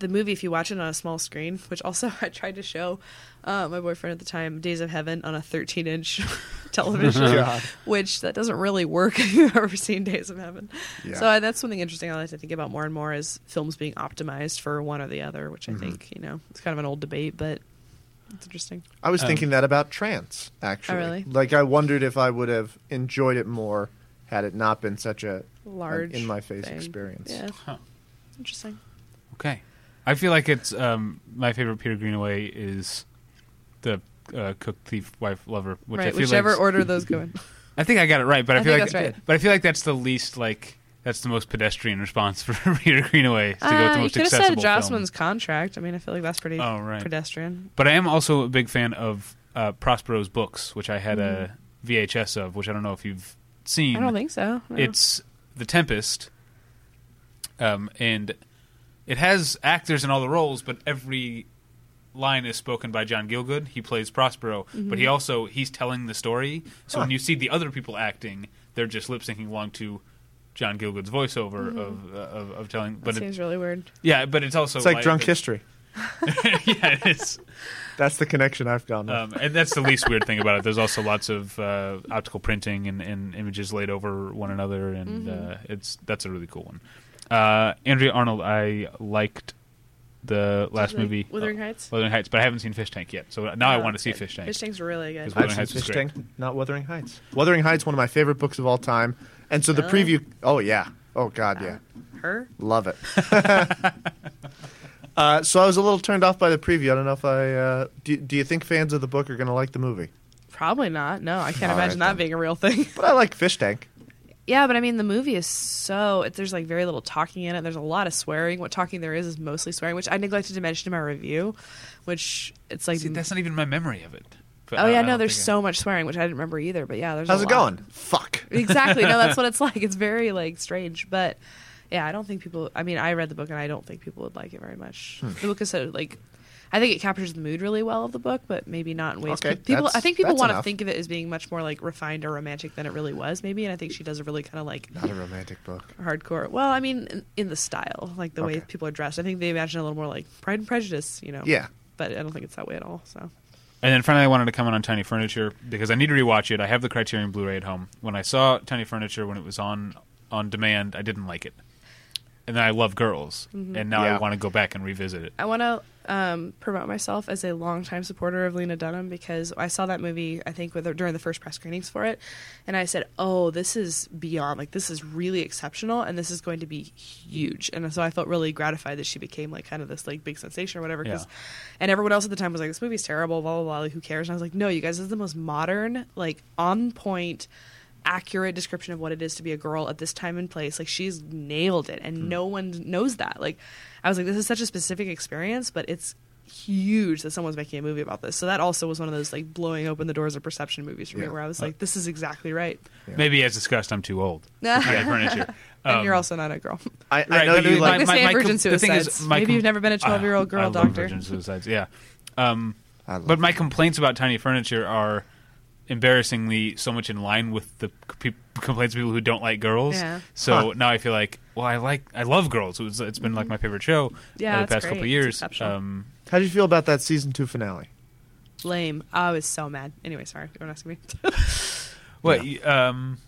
Speaker 3: the movie if you watch it on a small screen which also [LAUGHS] i tried to show uh, my boyfriend at the time days of heaven on a 13 inch [LAUGHS]
Speaker 2: [LAUGHS]
Speaker 3: television
Speaker 2: God.
Speaker 3: which that doesn't really work [LAUGHS] if you've ever seen days of heaven
Speaker 2: Yeah.
Speaker 3: so I, that's something interesting i like to think about more and more is films being optimized for one or the other which
Speaker 2: Mm-hmm.
Speaker 3: i think you know it's kind of an old debate but it's interesting
Speaker 2: I was
Speaker 1: Um,
Speaker 2: thinking that about trance, actually.
Speaker 3: Oh, really?
Speaker 2: Like I wondered if I would have enjoyed it more had it not been such a
Speaker 3: large
Speaker 2: in my face
Speaker 3: thing.
Speaker 2: experience.
Speaker 3: yeah
Speaker 1: Huh.
Speaker 3: interesting
Speaker 1: Okay. I feel like it's um, my favorite Peter Greenaway is the uh, cook, thief, wife, lover, which I
Speaker 3: right
Speaker 1: feel
Speaker 3: whichever
Speaker 1: like [LAUGHS]
Speaker 3: order those go in
Speaker 1: I think I got it right, but I,
Speaker 3: I
Speaker 1: feel
Speaker 3: think
Speaker 1: like
Speaker 3: that's right.
Speaker 1: but I feel like that's the least like that's the most pedestrian response for [LAUGHS] Peter Greenaway is to go with
Speaker 3: uh,
Speaker 1: the
Speaker 3: you
Speaker 1: most
Speaker 3: could have
Speaker 1: accessible
Speaker 3: said jocelyn's
Speaker 1: film.
Speaker 3: contract i mean i feel like that's pretty
Speaker 1: Oh, right.
Speaker 3: pedestrian
Speaker 1: But I am also a big fan of uh, Prospero's books, which I had a VHS of, which I don't know if you've seen.
Speaker 3: Mm. i don't think so no.
Speaker 1: It's The Tempest, um, and it has actors in all the roles, but every line is spoken by John Gilgood. He plays Prospero, but he also he's telling the story. So when you see the other people acting, they're just lip syncing along to John Gilgood's voiceover of, uh, of of telling.
Speaker 3: that
Speaker 1: But it,
Speaker 3: seems really weird
Speaker 1: yeah, but it's also
Speaker 2: It's like, drunk
Speaker 1: it-
Speaker 2: history.
Speaker 1: [LAUGHS] yeah, it's
Speaker 2: That's the connection I've gone with.
Speaker 1: um, and that's the least weird thing about it. There's also lots of uh, optical printing and, and images laid over one another, and
Speaker 3: Mm-hmm.
Speaker 1: uh, it's that's a really cool one. Uh, Andrea Arnold, I liked the last
Speaker 3: Like
Speaker 1: movie,
Speaker 3: Wuthering
Speaker 1: oh,
Speaker 3: Heights?
Speaker 1: Wuthering Heights, but I haven't seen Fish Tank yet. So now I
Speaker 3: Oh,
Speaker 1: want to
Speaker 3: that's
Speaker 1: see
Speaker 3: good.
Speaker 1: Fish Tank.
Speaker 3: Fish Tank's really good.
Speaker 1: Is
Speaker 2: I've
Speaker 1: Wuthering Heights
Speaker 2: seen
Speaker 1: is
Speaker 2: Fish
Speaker 1: great.
Speaker 2: Tank, not Wuthering Heights. Wuthering Heights, one of my favorite books of all time. And so the
Speaker 3: Really?
Speaker 2: preview. Oh yeah. Oh god, yeah.
Speaker 3: Her?
Speaker 2: Love it. [LAUGHS] uh, so I was a little turned off by the preview. I don't know if I. Uh, do, do you think fans of the book are going to like the movie?
Speaker 3: Probably not. No, I can't
Speaker 2: All
Speaker 3: imagine
Speaker 2: right,
Speaker 3: that
Speaker 2: then.
Speaker 3: being a real thing.
Speaker 2: But I like Fish Tank.
Speaker 3: yeah, but I mean, the movie is so it, there's like very little talking in it. There's a lot of swearing. What talking there is is mostly swearing, which I neglected to mention in my review. Which it's like,
Speaker 1: See, that's not even my memory of it. But
Speaker 3: oh
Speaker 1: I- I
Speaker 3: yeah, no,
Speaker 1: don't
Speaker 3: there's
Speaker 1: think I-
Speaker 3: so much swearing, which I didn't remember either. But yeah, there's.
Speaker 2: How's
Speaker 3: a
Speaker 2: it
Speaker 3: lot.
Speaker 2: going? Fuck.
Speaker 3: [LAUGHS] exactly.
Speaker 2: [LAUGHS]
Speaker 3: No, that's what it's like. It's very like strange, but
Speaker 2: Hmm.
Speaker 3: yeah, I don't think people. I mean, I read the book and I don't think people would like it very much. The book is so like. I think it captures the mood really well of the book, but maybe not in ways
Speaker 2: Okay,
Speaker 3: pe- people.
Speaker 2: that's-
Speaker 3: I think people
Speaker 2: that's
Speaker 3: want to
Speaker 2: enough.
Speaker 3: think of it as being much more like refined or romantic than it really was, maybe. And I think she does a really kind of like
Speaker 2: Not a romantic book.
Speaker 3: hardcore. Well, I mean, in, in the style, like the way
Speaker 2: Okay.
Speaker 3: people are dressed. I think they imagine a little more like Pride and Prejudice, you know.
Speaker 2: Yeah.
Speaker 3: But I don't think it's that way at all. So
Speaker 1: And then finally, I wanted to comment on Tiny Furniture because I need to rewatch it. I have the Criterion Blu-ray at home. When I saw Tiny Furniture when it was on on demand, I didn't like it. And then I love Girls,
Speaker 3: Mm-hmm.
Speaker 1: and now
Speaker 2: Yeah.
Speaker 1: I want to go back and revisit it.
Speaker 3: I want to um, promote myself as a longtime supporter of Lena Dunham because I saw that movie I think with during the first press screenings for it, and I said, "Oh, this is beyond! Like this is really exceptional, and this is going to be huge." And so I felt really gratified that she became like kind of this like big sensation or whatever. 'cause-
Speaker 1: Yeah.
Speaker 3: And everyone else at the time was like, "This movie's terrible, blah blah blah. Like, who cares?" And I was like, "No, you guys, this is the most modern, like on point." accurate description of what it is to be a girl at this time and place. Like she's nailed it,
Speaker 1: Hmm.
Speaker 3: and no one knows that. Like I was like, this is such a specific experience, but it's huge that someone's making a movie about this. So that also was one of those like blowing open the doors of perception movies for me,
Speaker 2: Yeah.
Speaker 3: where I
Speaker 1: Uh,
Speaker 3: was like, this is
Speaker 1: [LAUGHS]
Speaker 3: exactly right, [LAUGHS]
Speaker 1: Maybe as discussed, I'm too old. for Tiny Furniture.
Speaker 3: and
Speaker 1: Um,
Speaker 3: you're also not
Speaker 1: [LAUGHS]
Speaker 3: a girl.
Speaker 2: I, I
Speaker 1: Right,
Speaker 2: know
Speaker 1: but
Speaker 2: you
Speaker 1: my-
Speaker 2: like.
Speaker 3: This
Speaker 1: my-
Speaker 3: man
Speaker 1: my
Speaker 3: virgin
Speaker 1: com- the thing is,
Speaker 3: suicides.
Speaker 1: my
Speaker 3: Maybe
Speaker 1: com-
Speaker 3: you've never been a 12-year-old
Speaker 1: Ah,
Speaker 3: girl
Speaker 1: I love
Speaker 3: doctor.
Speaker 1: virgin suicides, yeah. Um,
Speaker 2: I love
Speaker 1: but my
Speaker 2: it.
Speaker 1: complaints about tiny furniture are embarrassingly so much in line with the pe- complaints of people who don't like girls.
Speaker 3: Yeah.
Speaker 1: So
Speaker 2: Huh.
Speaker 1: now I feel like, well, I like, I love girls. It was, it's been like my favorite show
Speaker 3: Mm-hmm. Yeah,
Speaker 1: uh, the
Speaker 3: it's
Speaker 1: past
Speaker 3: great.
Speaker 1: couple
Speaker 3: It's
Speaker 1: years.
Speaker 3: exceptional.
Speaker 1: Um,
Speaker 2: How did you feel about that season two finale?
Speaker 3: Lame. Oh, I was so mad. Anyway, sorry, don't ask me. [LAUGHS]
Speaker 1: what? Um,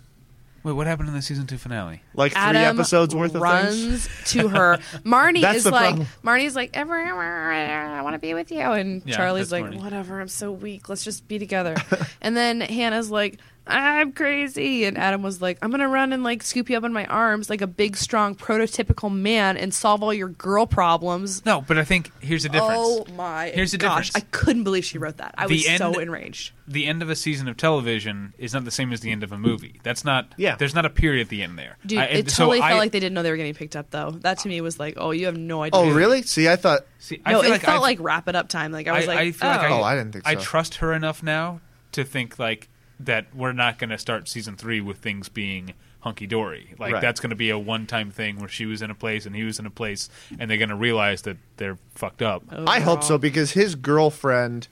Speaker 1: wait, what happened in the season two finale?
Speaker 2: Like three
Speaker 3: Adam
Speaker 2: episodes worth of
Speaker 3: runs
Speaker 2: things.
Speaker 1: [LAUGHS]
Speaker 3: to her. Marnie
Speaker 2: That's
Speaker 3: is
Speaker 2: the
Speaker 3: like
Speaker 2: problem.
Speaker 3: Marnie's like ever I want to be with you, and
Speaker 1: Yeah,
Speaker 3: Charlie's
Speaker 1: that's
Speaker 3: like
Speaker 1: Marnie.
Speaker 3: whatever. I'm so weak. Let's just
Speaker 1: [LAUGHS]
Speaker 3: be together. and then Hannah's like I'm crazy, and Adam was like I'm gonna run and like scoop you up in my arms like a big strong prototypical man and solve all your girl problems.
Speaker 1: No, but I think here's the difference.
Speaker 3: Oh my
Speaker 1: Here's the
Speaker 3: gosh!
Speaker 1: difference.
Speaker 3: I couldn't believe she wrote that. I
Speaker 1: The
Speaker 3: was
Speaker 1: end-
Speaker 3: so enraged.
Speaker 1: the end of a season of television is not the same as the end of a movie. That's not.
Speaker 2: Yeah.
Speaker 1: There's not a period at the end there.
Speaker 3: Dude,
Speaker 1: I-
Speaker 3: it
Speaker 1: so
Speaker 3: totally
Speaker 1: I-
Speaker 3: felt like they didn't know they were getting picked up, though. That to me was like, oh, you have no idea.
Speaker 2: Oh really? See, I thought.
Speaker 1: See, I
Speaker 3: No,
Speaker 1: feel
Speaker 3: it
Speaker 1: like
Speaker 3: felt
Speaker 1: I've-
Speaker 3: like wrap it up time. Like I was like,
Speaker 1: feel
Speaker 3: oh.
Speaker 1: like
Speaker 2: Oh, I didn't think
Speaker 1: I
Speaker 2: so.
Speaker 1: trust her enough now to think like that we're not going to start season three with things being hunky dory. Like
Speaker 2: Right.
Speaker 1: that's going to be a one time thing where she was in a place and he was in a place, and they're going to realize that they're fucked up.
Speaker 3: Oh.
Speaker 2: I hope so because his girlfriend,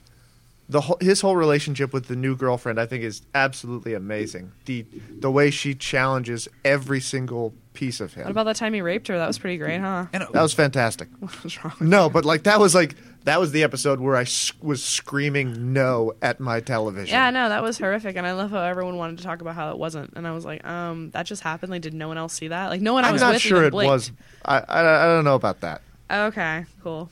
Speaker 2: the whole, his whole relationship with the new girlfriend, I think is absolutely amazing. The the way she challenges every single piece of him.
Speaker 3: What about that time he raped her? That was pretty
Speaker 1: [LAUGHS]
Speaker 3: great, huh?
Speaker 1: And
Speaker 2: that was fantastic. No, but like that was like that was the episode where I s- was screaming no at my television.
Speaker 3: Yeah, no, that was horrific, and I love how everyone wanted to talk about how it wasn't, and I was like, um, that just happened. Like, did no one else see that? Like, no one I
Speaker 2: I'm
Speaker 3: was
Speaker 2: not
Speaker 3: with
Speaker 2: sure
Speaker 3: even
Speaker 2: it
Speaker 3: blinked.
Speaker 2: was. I, I I don't know about that.
Speaker 3: Okay, cool.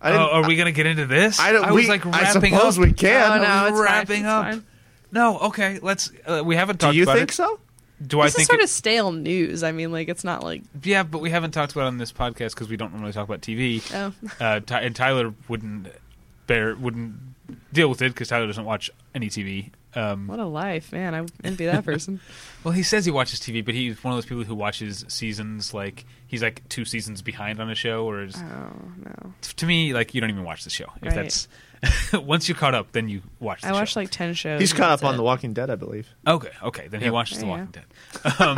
Speaker 2: I didn't.
Speaker 1: oh, are we going to get into this?
Speaker 2: I don't.
Speaker 1: was
Speaker 2: we-
Speaker 1: like
Speaker 2: I
Speaker 1: wrapping
Speaker 2: suppose
Speaker 1: up.
Speaker 2: we can.
Speaker 3: Oh, no,
Speaker 1: I was
Speaker 3: it's fine.
Speaker 1: wrapping
Speaker 3: It's
Speaker 1: up.
Speaker 3: fine.
Speaker 1: No, okay. Let's. Uh, we haven't
Speaker 2: Do
Speaker 1: talked
Speaker 2: you
Speaker 1: about
Speaker 2: think
Speaker 1: it.
Speaker 2: so?
Speaker 1: Do I
Speaker 3: this is
Speaker 1: think
Speaker 3: sort
Speaker 1: it-
Speaker 3: of stale news. I mean, like, it's not like
Speaker 1: Yeah, but we haven't talked about it on this podcast because we don't normally talk about TV.
Speaker 3: Oh.
Speaker 1: Uh, Ty- and Tyler wouldn't bear wouldn't deal with it because Tyler doesn't watch any TV. Um,
Speaker 3: what a life, man. I
Speaker 2: [LAUGHS]
Speaker 3: envy that person.
Speaker 1: well, he says he watches TV, but he's one of those people who watches seasons. Like he's like two seasons behind on a show, or is,
Speaker 3: oh no,
Speaker 1: to me, like you don't even watch the show. If
Speaker 3: Right.
Speaker 1: that's [LAUGHS] once you're caught up, then you watch. The
Speaker 3: I
Speaker 1: show.
Speaker 3: watched like ten shows.
Speaker 2: He's
Speaker 3: and
Speaker 2: caught up
Speaker 3: that's
Speaker 2: on
Speaker 3: it.
Speaker 2: The Walking Dead, I believe,
Speaker 1: okay, okay, then he
Speaker 2: Yeah.
Speaker 1: watches The
Speaker 3: There you
Speaker 1: Walking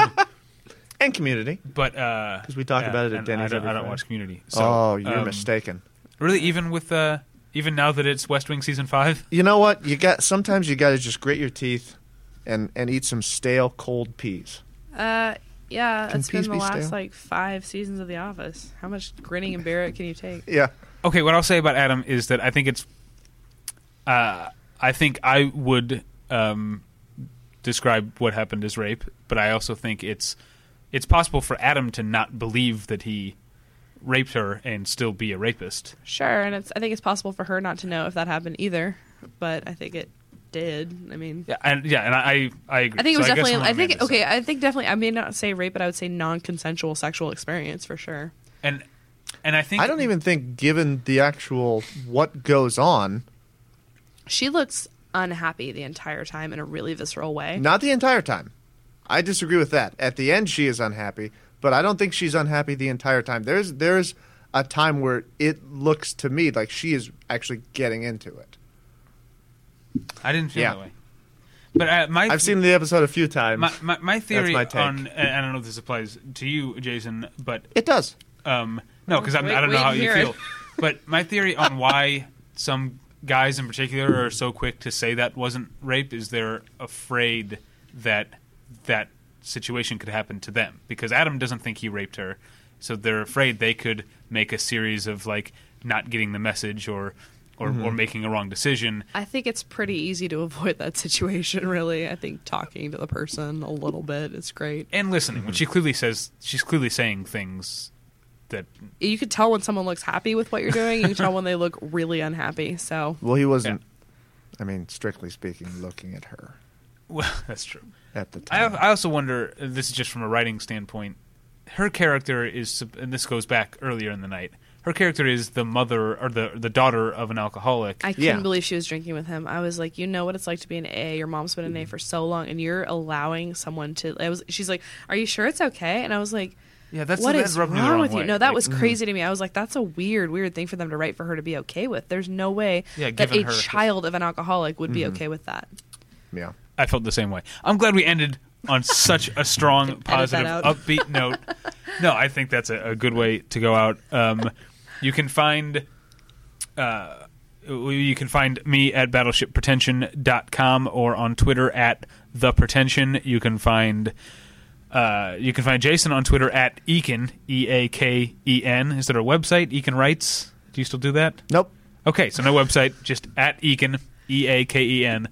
Speaker 1: Dead. Um, [LAUGHS]
Speaker 2: and Community.
Speaker 1: but because
Speaker 2: 'Cause we talk about it at
Speaker 1: I
Speaker 2: Denny's
Speaker 1: don't,
Speaker 2: every
Speaker 1: I don't
Speaker 2: Friday.
Speaker 1: watch Community. So,
Speaker 2: oh, you're
Speaker 1: um,
Speaker 2: mistaken.
Speaker 1: Really, even with uh, even now that it's West Wing season five.
Speaker 2: You know what? You got sometimes you got to just grit your teeth and and eat some stale cold peas.
Speaker 3: Uh, yeah,
Speaker 2: Can
Speaker 3: it's been
Speaker 2: peas
Speaker 3: the
Speaker 2: be
Speaker 3: last
Speaker 2: stale?
Speaker 3: like five seasons of The Office. How much grinning and bear it can you take?
Speaker 2: Yeah,
Speaker 1: Okay, what I'll say about Adam is that I think it's, uh, I think I would um, describe what happened as rape, but I also think it's it's possible for Adam to not believe that he raped her and still be a rapist.
Speaker 3: Sure, and it's I think it's possible for her not to know if that happened either, but I think it did. I mean,
Speaker 1: Yeah, and yeah, and I I, I agree.
Speaker 3: I think it was
Speaker 1: So guess
Speaker 3: definitely.
Speaker 1: I'm on
Speaker 3: I think
Speaker 1: Amanda's
Speaker 3: okay.
Speaker 1: side.
Speaker 3: I think definitely. I may not say rape, but I would say non-consensual sexual experience for sure.
Speaker 1: and and I think
Speaker 2: I don't even think given the actual what goes on,
Speaker 3: She looks unhappy the entire time in a really visceral way.
Speaker 2: not the entire time. I disagree with that. At the end, she is unhappy, but I don't think she's unhappy the entire time. There's there's a time where it looks to me like she is actually getting into it.
Speaker 1: I didn't feel
Speaker 2: Yeah.
Speaker 1: that way. But uh, my
Speaker 2: I've seen the episode a few times.
Speaker 1: my my, my theory
Speaker 2: my take.
Speaker 1: on and I don't know if this applies to you, Jason, but
Speaker 2: it does.
Speaker 1: um, No, because I
Speaker 3: Wait-
Speaker 1: don't
Speaker 3: wait
Speaker 1: know how
Speaker 3: and
Speaker 1: you
Speaker 3: hear it.
Speaker 1: feel. [LAUGHS] But my theory on why some guys in particular are so quick to say that wasn't rape is they're afraid that that situation could happen to them because Adam doesn't think he raped her, so they're afraid they could make a series of like not getting the message or or, or making a wrong decision.
Speaker 3: I think it's pretty easy to [LAUGHS] avoid that situation, really. I think talking to the person a little bit is great.
Speaker 1: And listening, when she clearly says she's clearly saying things that [LAUGHS]
Speaker 3: You could tell when someone looks happy with what you're doing, you can tell when they look really unhappy. So,
Speaker 2: Well, he wasn't. I mean, strictly speaking, looking at her
Speaker 1: well that's true.
Speaker 2: at the
Speaker 1: I,
Speaker 2: time.
Speaker 1: I also wonder. uh, This is just from a writing standpoint. Her character is, sup- and this goes back earlier in the night. Her character is the mother or the the daughter of an alcoholic.
Speaker 3: I couldn't
Speaker 2: Yeah.
Speaker 3: believe she was drinking with him. I was like, you know what it's like to be an A. Your mom's been an
Speaker 1: Mm-hmm.
Speaker 3: A for so long, and you're allowing someone to. I was. She's like, "Are you sure it's okay?" And I was like,
Speaker 1: Yeah, that's-
Speaker 3: what
Speaker 1: that
Speaker 3: is
Speaker 1: rubbed me the
Speaker 3: wrong
Speaker 1: wrong
Speaker 3: with you?"
Speaker 1: way.
Speaker 3: No, that
Speaker 1: Like- mm-hmm.
Speaker 3: was crazy to me. I was like, "That's a weird, weird thing for them to write for her to be okay with." There's no way
Speaker 1: Yeah,
Speaker 3: that
Speaker 1: given
Speaker 3: a
Speaker 1: her- Mm-hmm.
Speaker 3: child of an alcoholic would be okay with that.
Speaker 2: yeah.
Speaker 1: I felt the same way. I'm glad we ended on such a
Speaker 3: [LAUGHS]
Speaker 1: strong,
Speaker 3: that
Speaker 1: positive,
Speaker 3: out. [LAUGHS]
Speaker 1: upbeat note. No, I think that's a, a good way to go out. Um, you can find. Uh, you can find me at battleshippretension.com or on Twitter at the pretension. You can find uh, you can find Jason on Twitter at Eakin E A K E N. Is there a website? Eakin writes. Do you still do that?
Speaker 2: Nope.
Speaker 1: Okay, so no website, just at Eakin, E A K E N.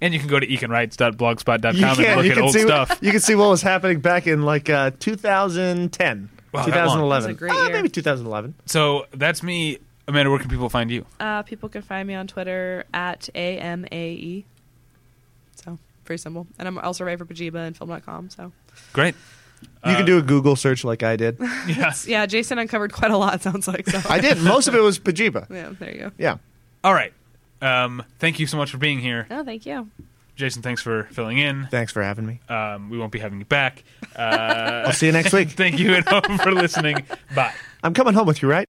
Speaker 1: And you can go to eakinrights.blogspot.com
Speaker 2: You
Speaker 1: and
Speaker 2: can,
Speaker 1: look
Speaker 2: you
Speaker 1: at
Speaker 2: can
Speaker 1: old
Speaker 2: see,
Speaker 1: stuff.
Speaker 2: You can see what was happening back in like uh, 2010,
Speaker 1: Wow, that long.
Speaker 2: 2011.
Speaker 3: That's a great
Speaker 2: Ah,
Speaker 3: year.
Speaker 2: maybe 2011.
Speaker 1: So that's me. Amanda, where can people find you?
Speaker 3: Uh, people can find me on Twitter at a m a e. So very simple, and I'm also writer for Pajiba and Film.com. So
Speaker 1: Great. Uh,
Speaker 2: You can do a Google search like
Speaker 1: [LAUGHS]
Speaker 2: I did.
Speaker 1: Yeah.
Speaker 3: yeah, Jason uncovered quite a lot. [LAUGHS] it Sounds
Speaker 1: [LAUGHS]
Speaker 3: like so.
Speaker 2: I did. Most of it was Pajiba.
Speaker 3: yeah, there you go.
Speaker 2: Yeah.
Speaker 1: All right. Um, thank you so much for being here.
Speaker 3: No, Oh, thank you.
Speaker 1: Jason, thanks for filling in.
Speaker 2: Thanks for having me.
Speaker 1: Um, we won't be having you back. Uh,
Speaker 2: I'll see you
Speaker 1: [LAUGHS]
Speaker 2: next week.
Speaker 1: thank you and all for listening. Bye.
Speaker 2: I'm coming home with you, right?